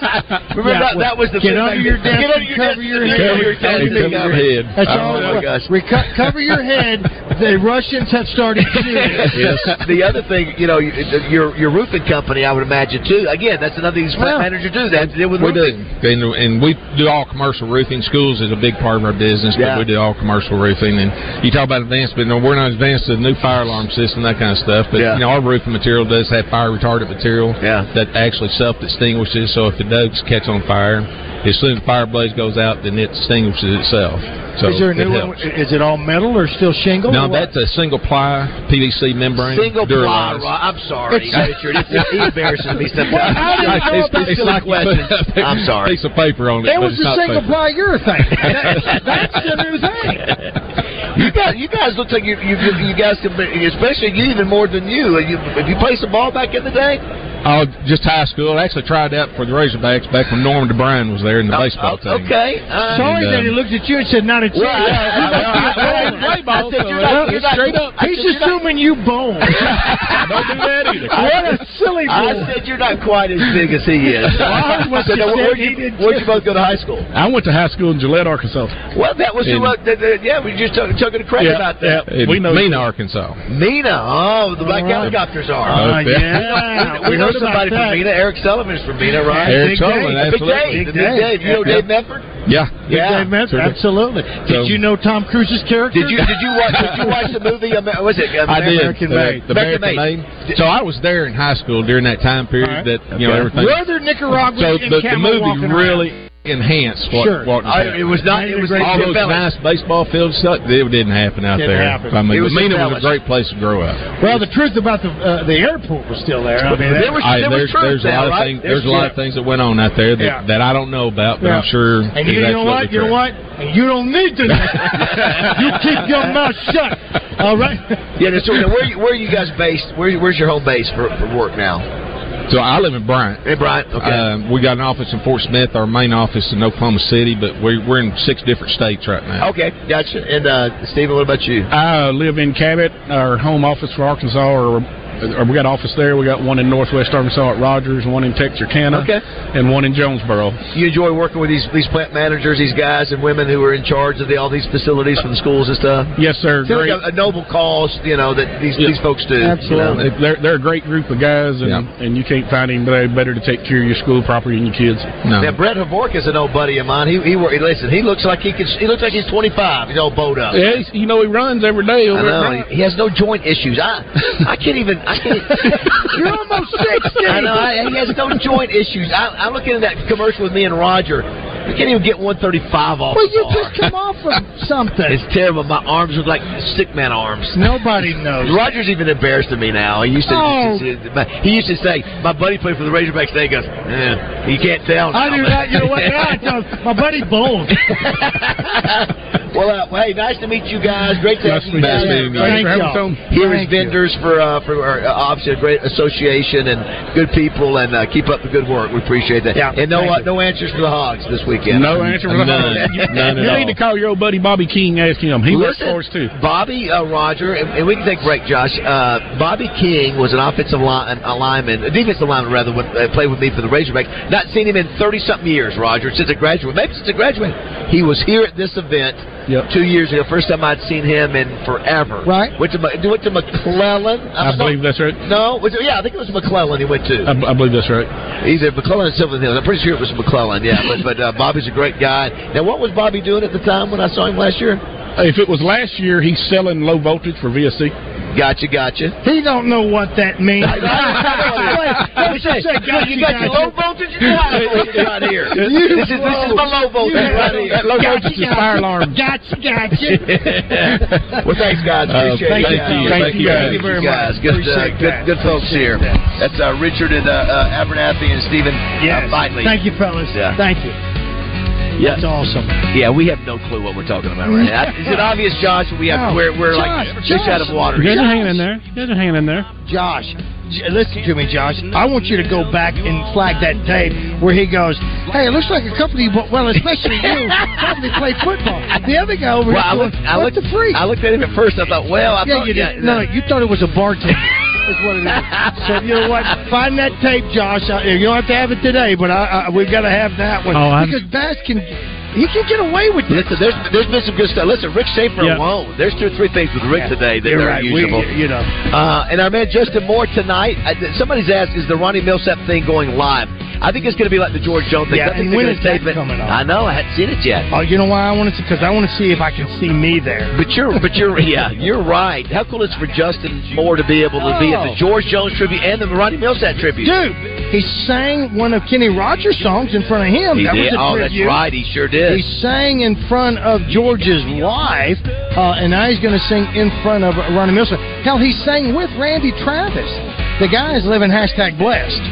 Remember
Yeah,
that,
well,
that was the
get
thing
under
back
your
then.
desk
Get
and
under your
cover
desk.
your
Get
head.
under your
Cover
desk.
your
Cover
head.
your
That's all
Oh
it
my
was.
gosh.
Reco- cover your head. The Russians have started shooting.
the other thing, you know, you- your your roofing company, I would imagine too. Again, that's another thing these plant managers do. They have to deal with
We do,
roofing.
and, and we do all commercial roofing. Schools is a big part of our business, but we do all commercial roofing. And you talk about advanced, but no, we're not advanced to the new fire alarm system, that kind of stuff. But you know, our roofing material does have fire retardant material that actually self extinguishes. So if the does catch on fire, as soon as the fire blaze goes out, then it extinguishes itself. So
is there a
it
new
helps.
one? Is it all metal or still shingle?
No,
or what?
that's a uh, single ply PVC membrane.
Single ply.
Duralast.
Ro- I'm sorry,
It's-
Richard. It's, it embarrasses me
Well,
sometimes.
how do you know
It's-
about
it's
the-
like
Put
question.
a
I'm sorry.
Piece of paper on it.
It
but
was
it's
the
not
single
paper.
ply urethane. That- that's the new thing.
You guys, you guys look like you, you, you guys can, be, especially you, even more than you. you. If you play some ball back in the day,
Oh, just high school. I actually tried out for the Razorbacks back when Norman DeBrine was there in the baseball team.
Oh, okay. Uh,
Sorry that he looked at you and said, not a chance.
Well, I- I- I- I- I- I- I said, you're not- you're not-
Straight up.
I said,
He's
you're not-
assuming you bone.
Don't do that
either. What a silly
I
boy.
said you're not quite as big as he is.
Well, I heard what
So
you
now,
said
where'd
he
you-
did,
where'd
too.
you both go to high school?
I went to high school in Gillette, Arkansas.
Well, that was the,
And-
one- the, the, yeah. We just took, took a credit
Yeah,
about that.
yeah. We know- Mena,
Arkansas.
Mena. Oh, the black helicopters are.
Oh, yeah. We
We know- We know
heard about
somebody from
that.
Mena. Eric Sullivan's from Mena, right?
Eric Big Sullivan, Dave.
Big
absolutely.
Dave. The Big Dave. You know
Yeah.
Dave Medford?
Yeah.
Yeah.
Dave Medford, absolutely. Did
So-
you know Tom Cruise's character? uh,
Did you did you watch did you watch the movie? um, Amer- Was it
I did.
American
the,
Made?
the American Made. So I was there in high school during that time period
All right.
that you know
Okay.
everything.
Were there
Nicaraguans
So
in
the, the
camo walking
movie
around?
really enhanced what
Sure.
what was
I-
happening.
it was not- it was
all those
Made in Great
nice baseball fields stuff. It didn't happen out
Didn't
there.
happen.
I mean,
It was
but Mena
in
was a
Dallas.
great place to grow up.
Well, the truth about the uh, the airport was still there. I mean, that-
I- there's, there's a lot of things. There's, a lot of things that went on out there that,
Yeah.
that I don't know about, but
Yeah.
I'm sure.
And
is
you, know what?
absolutely
You know
correct.
what? And you don't need to. know. you keep your mouth shut. All right.
Yeah, that's right. Now, where you- where are you guys based? Where where's your home base for, for work now?
So I live in Bryant.
Hey, Bryant. Okay.
Um, we got an office in Fort Smith, our main office in Oklahoma City, but we, we're in six different states right now.
okay, gotcha. And uh, Stephen, what about you?
I uh, live in Cabot. Our home office for Arkansas, or, or we got office there. We got one in Northwest Arkansas at Rogers, one in Texarkana,
Okay.
and one in Jonesboro.
You enjoy working with these these plant managers, these guys and women who are in charge of the, all these facilities for the schools and stuff.
Yes, sir.
Seems
Great.
like a, a noble cause, you know, that these these folks do. you know?
Absolutely. They're, they're a great group of guys, and, and you can't find anybody better to take care of your school property and your kids.
Now Brett Havork is an old buddy of mine. He he wor- listen. He looks like he could. He looks like he's 25. He's all bowed up.
Yeah, he's- you know he runs every day. Over
I
at
know.
Bryant.
He, he has no joint issues. I I can't even. I can't.
You're almost 60.
I know. I, he has no joint issues. I, I'm looking at that commercial with me and Roger. We can't even get 135 off.
Well,
the
you
bar.
just come off of something.
It's terrible. My arms look like sick man arms.
Nobody knows.
Roger's even embarrassed of me now. He used to.
Oh.
He, used to he used to say, "My buddy played for the Razorbacks." They goes, eh, "You can't tell."
I
now."
do that. You know what? Now I tell my buddy Bones.
Well, uh, well, hey, nice to meet you guys. Great to
Nice
have you
to
guys.
meet you. Thank
Thanks for having us
y'all.
on. Here is
Thank you.
vendors for uh, for our, uh, obviously a great association and good people, and uh, keep up the good work. We appreciate that. and no
thank
uh, no answers for the Hogs this weekend.
No answer for the
You-
You need to call your old buddy Bobby King. Ask him. He works
Listen,
for us too.
Bobby uh, Roger, and, and we can take a break, Josh. Uh, Bobby King was an offensive line, a lineman, a defensive lineman rather, when, uh, played with me for the Razorbacks. Not seen him in 30 something years, Roger, since I graduated. Maybe since I graduated. He was here at this event.
Yep.
two years ago. First time I'd seen him in forever. Right. Went to Ma- went to McClellan.
I believe that's right.
No, was it, yeah, I think it was McClellan he went to.
I, I believe that's right.
He's at McClellan and Sylvan Hills. I'm pretty sure it was McClellan, yeah. But, but uh, Bobby's a great guy. Now, what was Bobby doing at the time when I saw him last year?
Uh, If it was last year, he's selling low voltage for VSC.
Gotcha, gotcha.
He don't know what that means. Let's just say,
You- you got your low voltage and your high voltage right here.
You-
This is- this is my low voltage
You-
right here.
That low voltage is fire alarm. Gotcha, gotcha.
well, thanks, guys.
Uh,
Appreciate
thank
it.
you.
guys.
Thank you, guys.
Thank you very
Thank you
much.
guys.
Good, uh,
Appreciate
good,
that.
good folks here. That's uh, Richard and uh, uh, Abernathy and Stephen
Yes.
uh, Bitely.
Thank you, fellas.
Yeah.
Thank you.
Yeah.
That's awesome.
Yeah, we have no clue what we're talking about right now. Is it obvious, Josh? We have
No.
we're, we're like
Josh,
fish
Josh.
out of water.
You guys are hanging
in there. You guys are hanging in there.
Josh, j- listen to me, Josh. I want you to go back and flag that tape where he goes, "Hey, it looks like a couple of you, well, especially you, probably play football." The other guy over here,
Well, I
going,
looked, I
"What
looked
the freak?"
I looked at him at first. I thought, well, I
yeah,
thought,
you
yeah,
did. No, you thought it was a bartender. is what it is. So you know what? Find that tape, Josh. I, you don't have to have it today, but I, I, we've got to have that one
Oh, I'm-
because Bass can he can get away with this.
Listen, there's there's been some good stuff. Listen, Rick Schaefer
Yeah.
alone. There's two or three things with Rick
Yeah.
today that
You're
are
right. We-
usable.
you know.
Uh, and our man Justin Moore tonight. I, th- somebody's asked, is the Ronnie Millsap thing going live? I think it's going to be like the George Jones thing.
Yeah,
I
and
think they're
when
gonna
is that
tape it.
coming up?
I know. I hadn't seen it yet.
Oh, you know why I want to? Because I want to see if I can see me there.
But you're, but you're, yeah, you're right. How cool is for Justin Moore to be able to be at
Oh.
the George Jones tribute and the Ronnie Millsap tribute?
Dude, he sang one of Kenny Rogers' songs in front of him.
He
that
did.
was a
oh, that's
tribute.
right. He sure did.
He sang in front of George's wife, uh, and now he's going to sing in front of Ronnie Milson. Hell, he sang with Randy Travis. The guy is living hashtag blessed.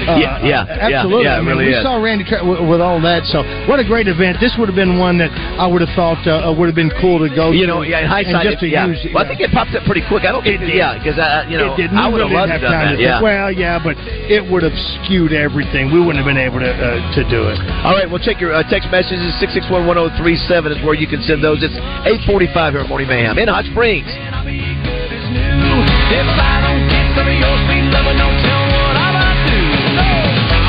Uh,
Yeah, yeah, yeah,
absolutely.
yeah, it
I mean,
really
we
is.
saw Randy Tra- with, with all that. So, what a great event! This would have been one that I would have thought uh, would have been cool to go.
you
to
know,
and
yeah, in hindsight,
just to
it- yeah.
use.
well, I think it popped up pretty quick. I don't think, yeah, because I, you know,
it didn't.
I
We
would have
really
loved
didn't
to
have time to
done that.
think.
Yeah.
Well, yeah, but it would have skewed everything. We wouldn't have been able to uh, to do it.
All right, well, check your uh, text messages. 661-1037 is where you can send those. It's 845 here at Morning Mayhem in Hot Springs.
If I don't get some of your sweet loving, don't tell what I might do.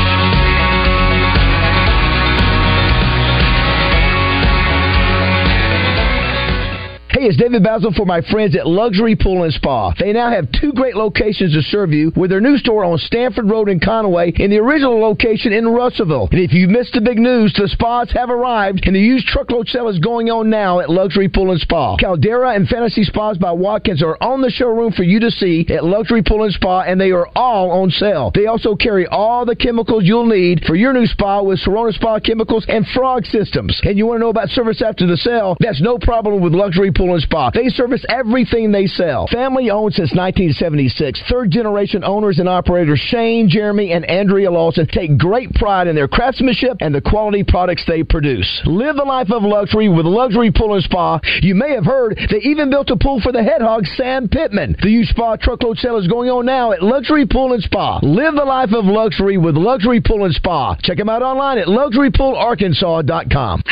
Hey, it's David Basil for my friends at Luxury Pool and Spa. They now have two great locations to serve you with their new store on Stanford Road in Conway and the original location in Russellville. And if you missed the big news, the spas have arrived and the used truckload sale is going on now at Luxury Pool and Spa. Caldera and Fantasy Spas by Watkins are on the showroom for you to see at Luxury Pool and Spa and they are all on sale. They also carry all the chemicals you'll need for your new spa with Serona Spa chemicals and frog systems. And you want to know about service after the sale? That's no problem with Luxury Pool and Spa. They service everything they sell. Family owned since 1976. Third generation owners and operators Shane, Jeremy, and Andrea Lawson take great pride in their craftsmanship and the quality products they produce. Live a life of luxury with Luxury Pool and Spa. You may have heard they even built a pool for the head hog Sam Pittman. The U Spa truckload sale is going on now at Luxury Pool and Spa. Live the life of luxury with Luxury Pool and Spa. Check them out online at luxurypoolarkansas.com.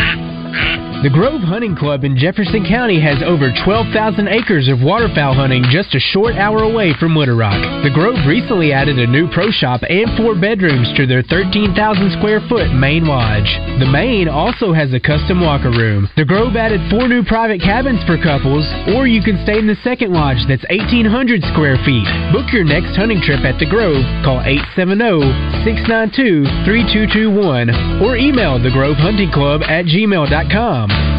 The Grove Hunting Club in Jefferson County has over 12,000 acres of waterfowl hunting just a short hour away from Little Rock. The Grove recently added a new pro shop and four bedrooms to their 13,000 square foot main lodge. The main also has a custom locker room. The Grove added four new private cabins for couples, or you can stay in the second lodge that's 1,800 square feet. Book your next hunting trip at The Grove. Call oh, 870-692-3221 or email the Grove Hunting Club at gmail.com.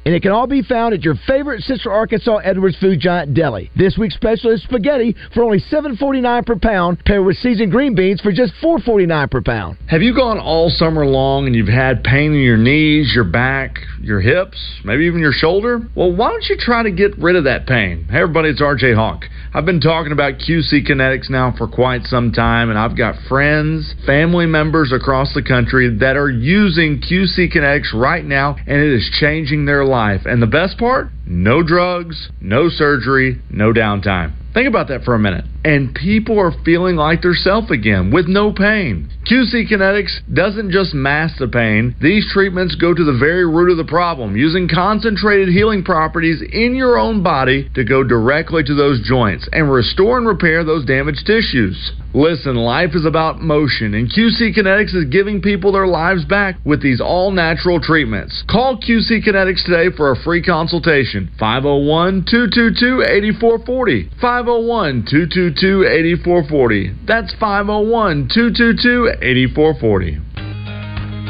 And it can all be found at your favorite Central Arkansas Edwards Food Giant Deli. This week's special is spaghetti for only $7.49 per pound, paired with seasoned green beans for just $4.49 per pound.
Have you gone all summer long and you've had pain in your knees, your back, your hips, maybe even your shoulder? Well, why don't you try to get rid of that pain? Hey, everybody, it's RJ Hawk. I've been talking about QC Kinetics now for quite some time, and I've got friends, family members across the country that are using QC Kinetics right now, and it is changing their life. And the best part? No drugs, no surgery, no downtime. Think about that for a minute. and people are feeling like theirself again with no pain. QC Kinetics doesn't just mask the pain. These treatments go to the very root of the problem, using concentrated healing properties in your own body to go directly to those joints and restore and repair those damaged tissues. Listen, life is about motion, and QC Kinetics is giving people their lives back with these all natural treatments. Call QC Kinetics today for a free consultation. 501 222 8440. 501 222 8440. oh. That's 501 222 8440.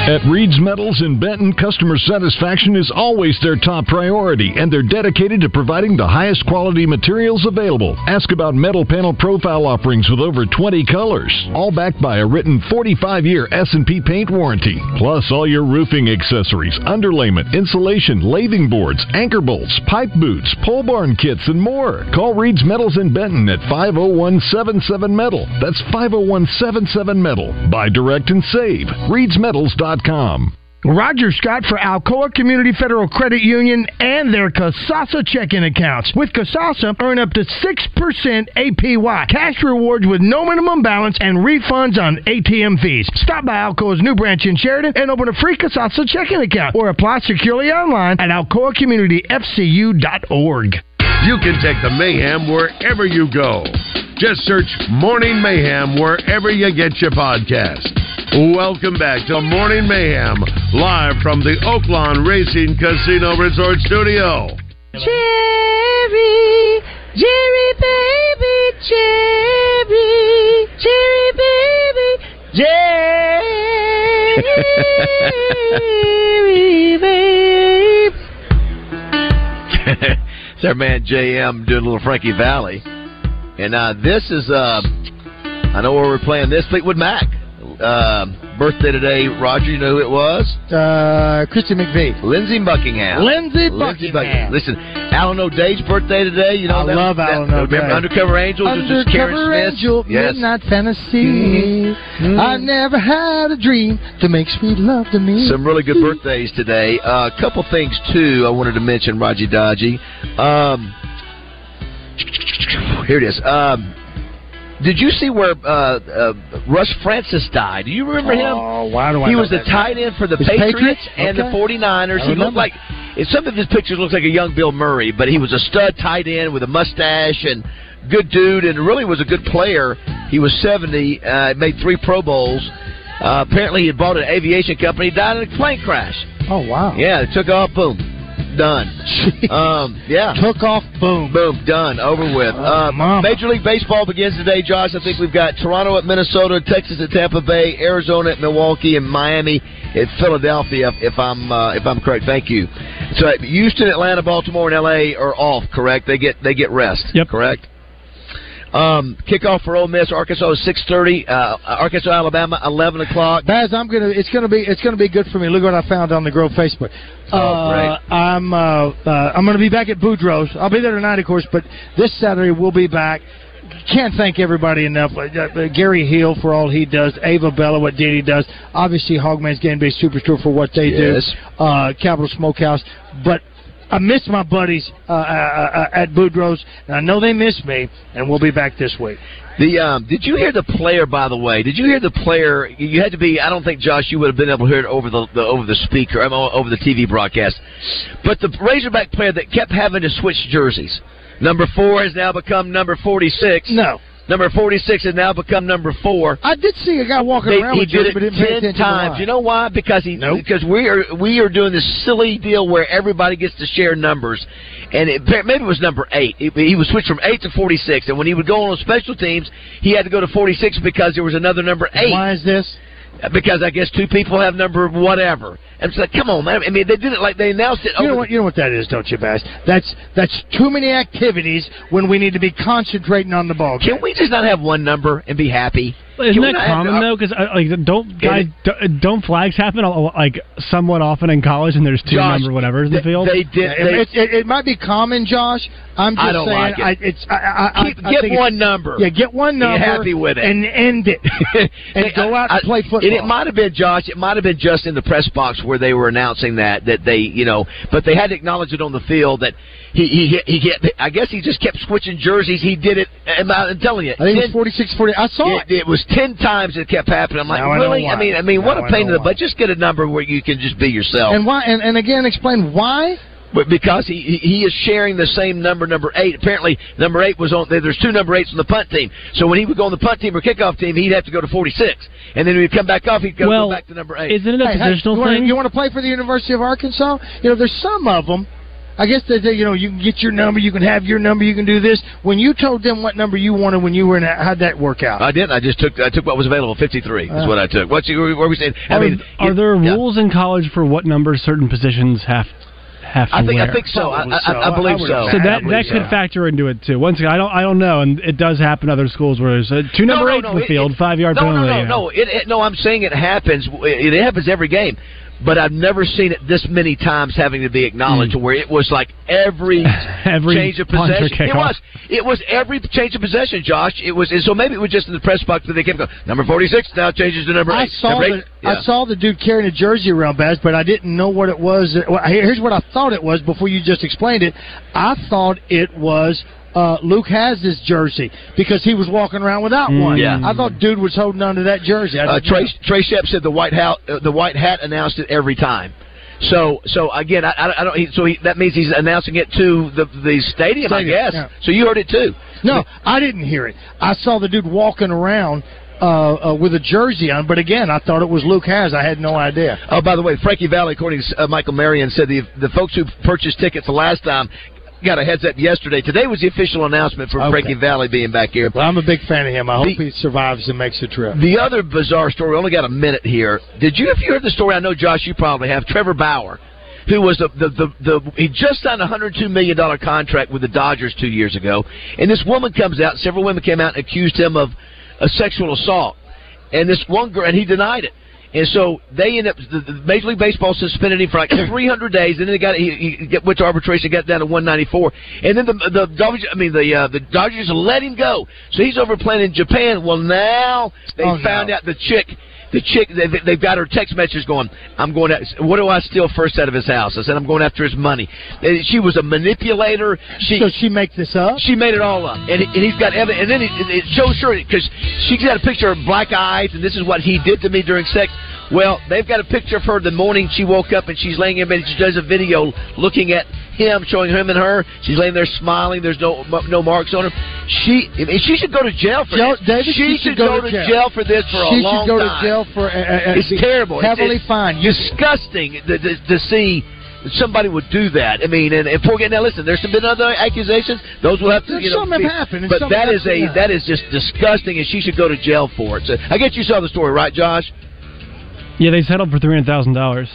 At Reed's Metals in Benton, customer satisfaction is always their top priority, and they're dedicated to providing the highest quality materials available. Ask about metal panel profile offerings with over 20 colors, all backed by a written 45-year S&P paint warranty. Plus, all your roofing accessories, underlayment, insulation, lathing boards, anchor bolts, pipe boots, pole barn kits, and more. Call Reed's Metals in Benton at 50177 Metal. That's 50177 Metal. Buy direct and save. Reed'sMetals.com.
Roger Scott for Alcoa Community Federal Credit Union and their Casasa checking accounts. With Casasa, earn up to 6% APY, cash rewards with no minimum balance, and refunds on ATM fees. Stop by Alcoa's new branch in Sheridan and open a free Casasa checking account or apply securely online at alcoacommunityfcu.org.
You can take the mayhem wherever you go. Just search Morning Mayhem wherever you get your podcast. Welcome back to Morning Mayhem, live from the Oaklawn Racing Casino Resort Studio.
Cherry, Jerry baby, Jerry, Jerry baby, Jerry baby.
it's our man JM doing a little Frankie Valley. And uh, this is, uh, I know where we're playing this Fleetwood Mac. Uh, birthday today, Roger, you know who it was?
Uh, Christian McVie.
Lindsey Buckingham.
Lindsey
Lindsey
Buckingham.
Listen, Alan O'Day's birthday today. You know
I
that,
love
that-
Alan O'Day.
Remember Undercover Angels? It was just Karen
Undercover
Smith.
Angel,
Yes. Mm-hmm.
Midnight Fantasy. I never had a dream that makes sweet love to me.
Some really good birthdays today. Uh, A couple things too. I wanted to mention Raji Daji. Um, here it is. Um, did you see where uh, uh, Russ Francis died? Do you remember him?
Oh, why do I
He
know
was the
that?
tight end for the
His
Patriots,
Patriots?
and
Okay.
the 49ers.
I
He
remember.
looked like in some of his pictures looks like a young Bill Murray, but he was a stud tight end with a mustache and good dude, and really was a good player. He was 70, uh, made three Pro Bowls. Uh, apparently, he had bought an aviation company, died in a plane crash.
Oh, wow.
Yeah, it took off. Boom, done. Um, yeah,
took off. Boom, Oh,
boom, done. Over with. Um, Major League Baseball begins today, Josh. I think we've got Toronto at Minnesota, Texas at Tampa Bay, Arizona at Milwaukee, and Miami at Philadelphia. If I'm uh, if I'm correct, thank you. So Houston, Atlanta, Baltimore, and L.A. are off. Correct? They get they get rest. Yep. Correct. Um, kickoff for Ole Miss, Arkansas is six thirty. Uh, Arkansas, Alabama, eleven o'clock.
Baz, I'm gonna. It's gonna be. It's gonna be good for me. Look what I found on the Grove Facebook.
Oh, great.
Uh, I'm. Uh, uh, I'm gonna be back at Boudreaux's. I'll be there tonight, of course, but this Saturday we'll be back. Can't thank everybody enough. Uh, uh, Gary Hill for all he does. Ava Bella, what Diddy does. Obviously, Hogman's Game Day Superstore for what they
Yes.
do. Uh, Capital Smokehouse, but. I miss my buddies uh, uh, uh, at Boudreaux's, and I know they miss me. And we'll be back this week.
The um, did you hear the player? By the way, did you hear the player? You had to be. I don't think Josh, you would have been able to hear it over the, the over the speaker, I mean, over the TV broadcast. But the Razorback player that kept having to switch jerseys. Number four has now become number forty-six.
No.
Number forty-six has now become number four.
I did see a guy walking
They-
around
he
with
did
you,
it
but didn't pay
ten
attention to
times.
why.
You know why? Because he because we are we are doing this silly deal where everybody gets to share numbers, and it, maybe it was number eight. He- he was switched from eight to forty six, and when he would go on special teams, he had to go to forty six because there was another number eight. Why
is this?
Because I guess two people have number whatever. And it's like, come on, man. I mean, they did it like they announced it.
You know
over-
what? You know what that is, don't you, Bass? That's that's too many activities when we need to be concentrating on the ball.
Can we just not have one number and be happy?
Isn't
Can we
that
not have-
common though? Because like, don't guys don't, don't flags happen a- a- like somewhat often in college? And there's two
Josh,
number whatever in the field.
it, it, it might be common, Josh. I'm just
I don't
saying.
like it.
I, it's I, I, I-
Keep-
I
get
think it's-
one number.
Yeah, get one
Be
number.
happy with it.
and end it. and
Hey,
go
I-
out and
I-
play football.
And it might have been Josh. It might have been just in the press box where they were announcing that that they, you know, but they had to acknowledge it on the field that he he he. he I guess he just kept switching jerseys. He did it. I'm, I'm telling you,
I think it was
Ten-
46 40. I saw it.
it, it was ten times it kept happening. I'm like,
Now I know
really? I,
why.
mean, I mean, what
Now
a
I
pain in
know
the butt. Just get a number where you can just be yourself.
And why? And, and again, explain why.
But because he he he is sharing the same number, number eight. Apparently, number eight was on. There's two number eights on the punt team. So when he would go on the punt team or kickoff team, he'd have to go to 46, and then he'd come back off. He'd go,
Well,
go back to number eight.
Hey, hey, you Wanna, you want to play for the University of Arkansas? You know, there's some of them. I guess they, they, you know, you can get your number, you can have your number, you can do this. When you told them what number you wanted when you were in, that, how'd that work out?
I didn't. I just took I took what was available. Fifty three is
Uh.
what I took. What you, what were we saying? I
Are-
mean,
are, there rules in college for what numbers certain positions have have to
I think
wear?
I think so. I, I, I believe so.
So that
I believe
that could factor into it too. Once again, I don't I don't know, and it does happen at other schools where there's uh, two
No,
number
no,
eights
no,
in the
it-
field, five yard
no,
penalty.
no, no,
you know.
no. It, it, no, I'm saying it happens. It, it happens every game, but I've never seen it this many times having to be acknowledged. Where it was like every
Hmm. Every
change of
punt or
possession. It
kickoff.
was. It was every change of possession, Josh. It was. And so maybe it was just in the press box that they kept going. Number forty six now changes to number
I
eight.
saw
number
the
eight. Yeah.
I saw the dude carrying a jersey around, Baz, but I didn't know what it was. That, well, here- here's what I thought it was before you just explained it. I thought it was uh, Luke has this jersey because he was walking around without
Mm.
one.
Yeah.
I thought dude was holding onto that jersey. I
Uh,
didn't
Trey,
know.
Trey Shep said the white hat, uh, the white hat announced it every time. So, so again, I, I, I don't. He, so he, that means he's announcing it to the the stadium, I
Stadium,
guess.
yeah.
So you heard it too.
No, I didn't hear it. I saw the dude walking around uh, uh, with a jersey on, but again, I thought it was Luke Has. I had no idea.
Oh, by the way, Frankie Valley, according to uh, Michael Marion, said the the folks who purchased tickets the last time got a heads up yesterday. Today was the official announcement for Frankie Valley being back here.
Well, I'm a big fan of him. I hope he survives and makes the trip.
The other bizarre story, we only got a minute here. Did you, if you heard the story, I know Josh, you probably have, Trevor Bauer, who was the, the, the, the he just signed a $102 million contract with the Dodgers two years ago, and this woman comes out, several women came out and accused him of a sexual assault. And this one girl, and he denied it. And so they end up, the, the Major League Baseball suspended him for like 300 days, and then they got he, he got- went to arbitration, got down to 194, and then the the Dodgers, I mean the uh, the Dodgers let him go. So he's over playing in Japan. Well, now they
Oh, no.
found out the chick, the chick, they, they- they've got her text messages going. I'm going. To, what do I steal first out of his house? I said I'm going after his money. And she was a manipulator. She
so she make this up?
She made it all up, and, he- and he's got evidence. And then it, it shows her because she's got a picture of black eyes, and this is what he did to me during sex. Well, they've got a picture of her the morning she woke up, and she's laying in bed. and She does a video looking at him, showing him and her. She's laying there smiling. There's no no marks on her. She and she should go to jail for
Yo,
this.
David,
she, should go, to jail. for this for
she
a long
should go
time.
to jail for uh, uh, uh,
it's terrible. It's-
Heavily
it's
fined.
Disgusting to, to, to see somebody would do that. I mean, and, and poor guy. Now listen, there's been other accusations. Those will have to.
There's
you know,
some have
be-
happened, and
But
some
that
have
is a
not.
that is just disgusting, and she should go to jail for it. So I guess you saw the story, right, Josh?
Yeah, they settled for three hundred thousand dollars.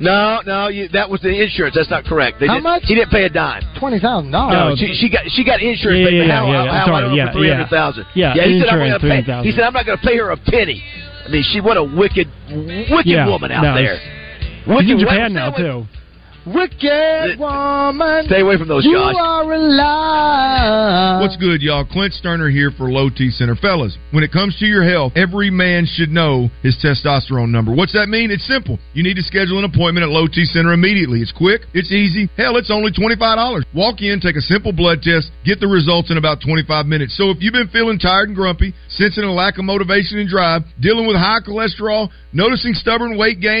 No, no, you, that was the insurance. That's not correct. They
How
didn't,
much?
He didn't pay a dime.
Twenty thousand
No,
dollars.
she, she got she got insurance.
Yeah,
but
yeah,
how,
yeah,
how,
yeah.
how,
Sorry,
I don't
yeah,
know for three hundred thousand.
yeah. Yeah,
he said I'm
insurance,
gonna pay. He
$300,000.
said I'm not going to pay her a penny. I mean, she what a wicked, wicked
Yeah,
woman out
no,
there.
it's- He's in
Wicked
Japan
weapons,
now
that
too.
Wicked woman.
Stay away from those,
you
Josh.
are alive.
What's good, y'all? Clint Sterner here for Low T Center. Fellas, when it comes to your health, every man should know his testosterone number. What's that mean? It's simple. You need to schedule an appointment at Low T Center immediately. It's quick, it's easy. Hell, it's only $25. Walk in, take a simple blood test, get the results in about 25 minutes. So if you've been feeling tired and grumpy, sensing a lack of motivation and drive, dealing with high cholesterol, noticing stubborn weight gain,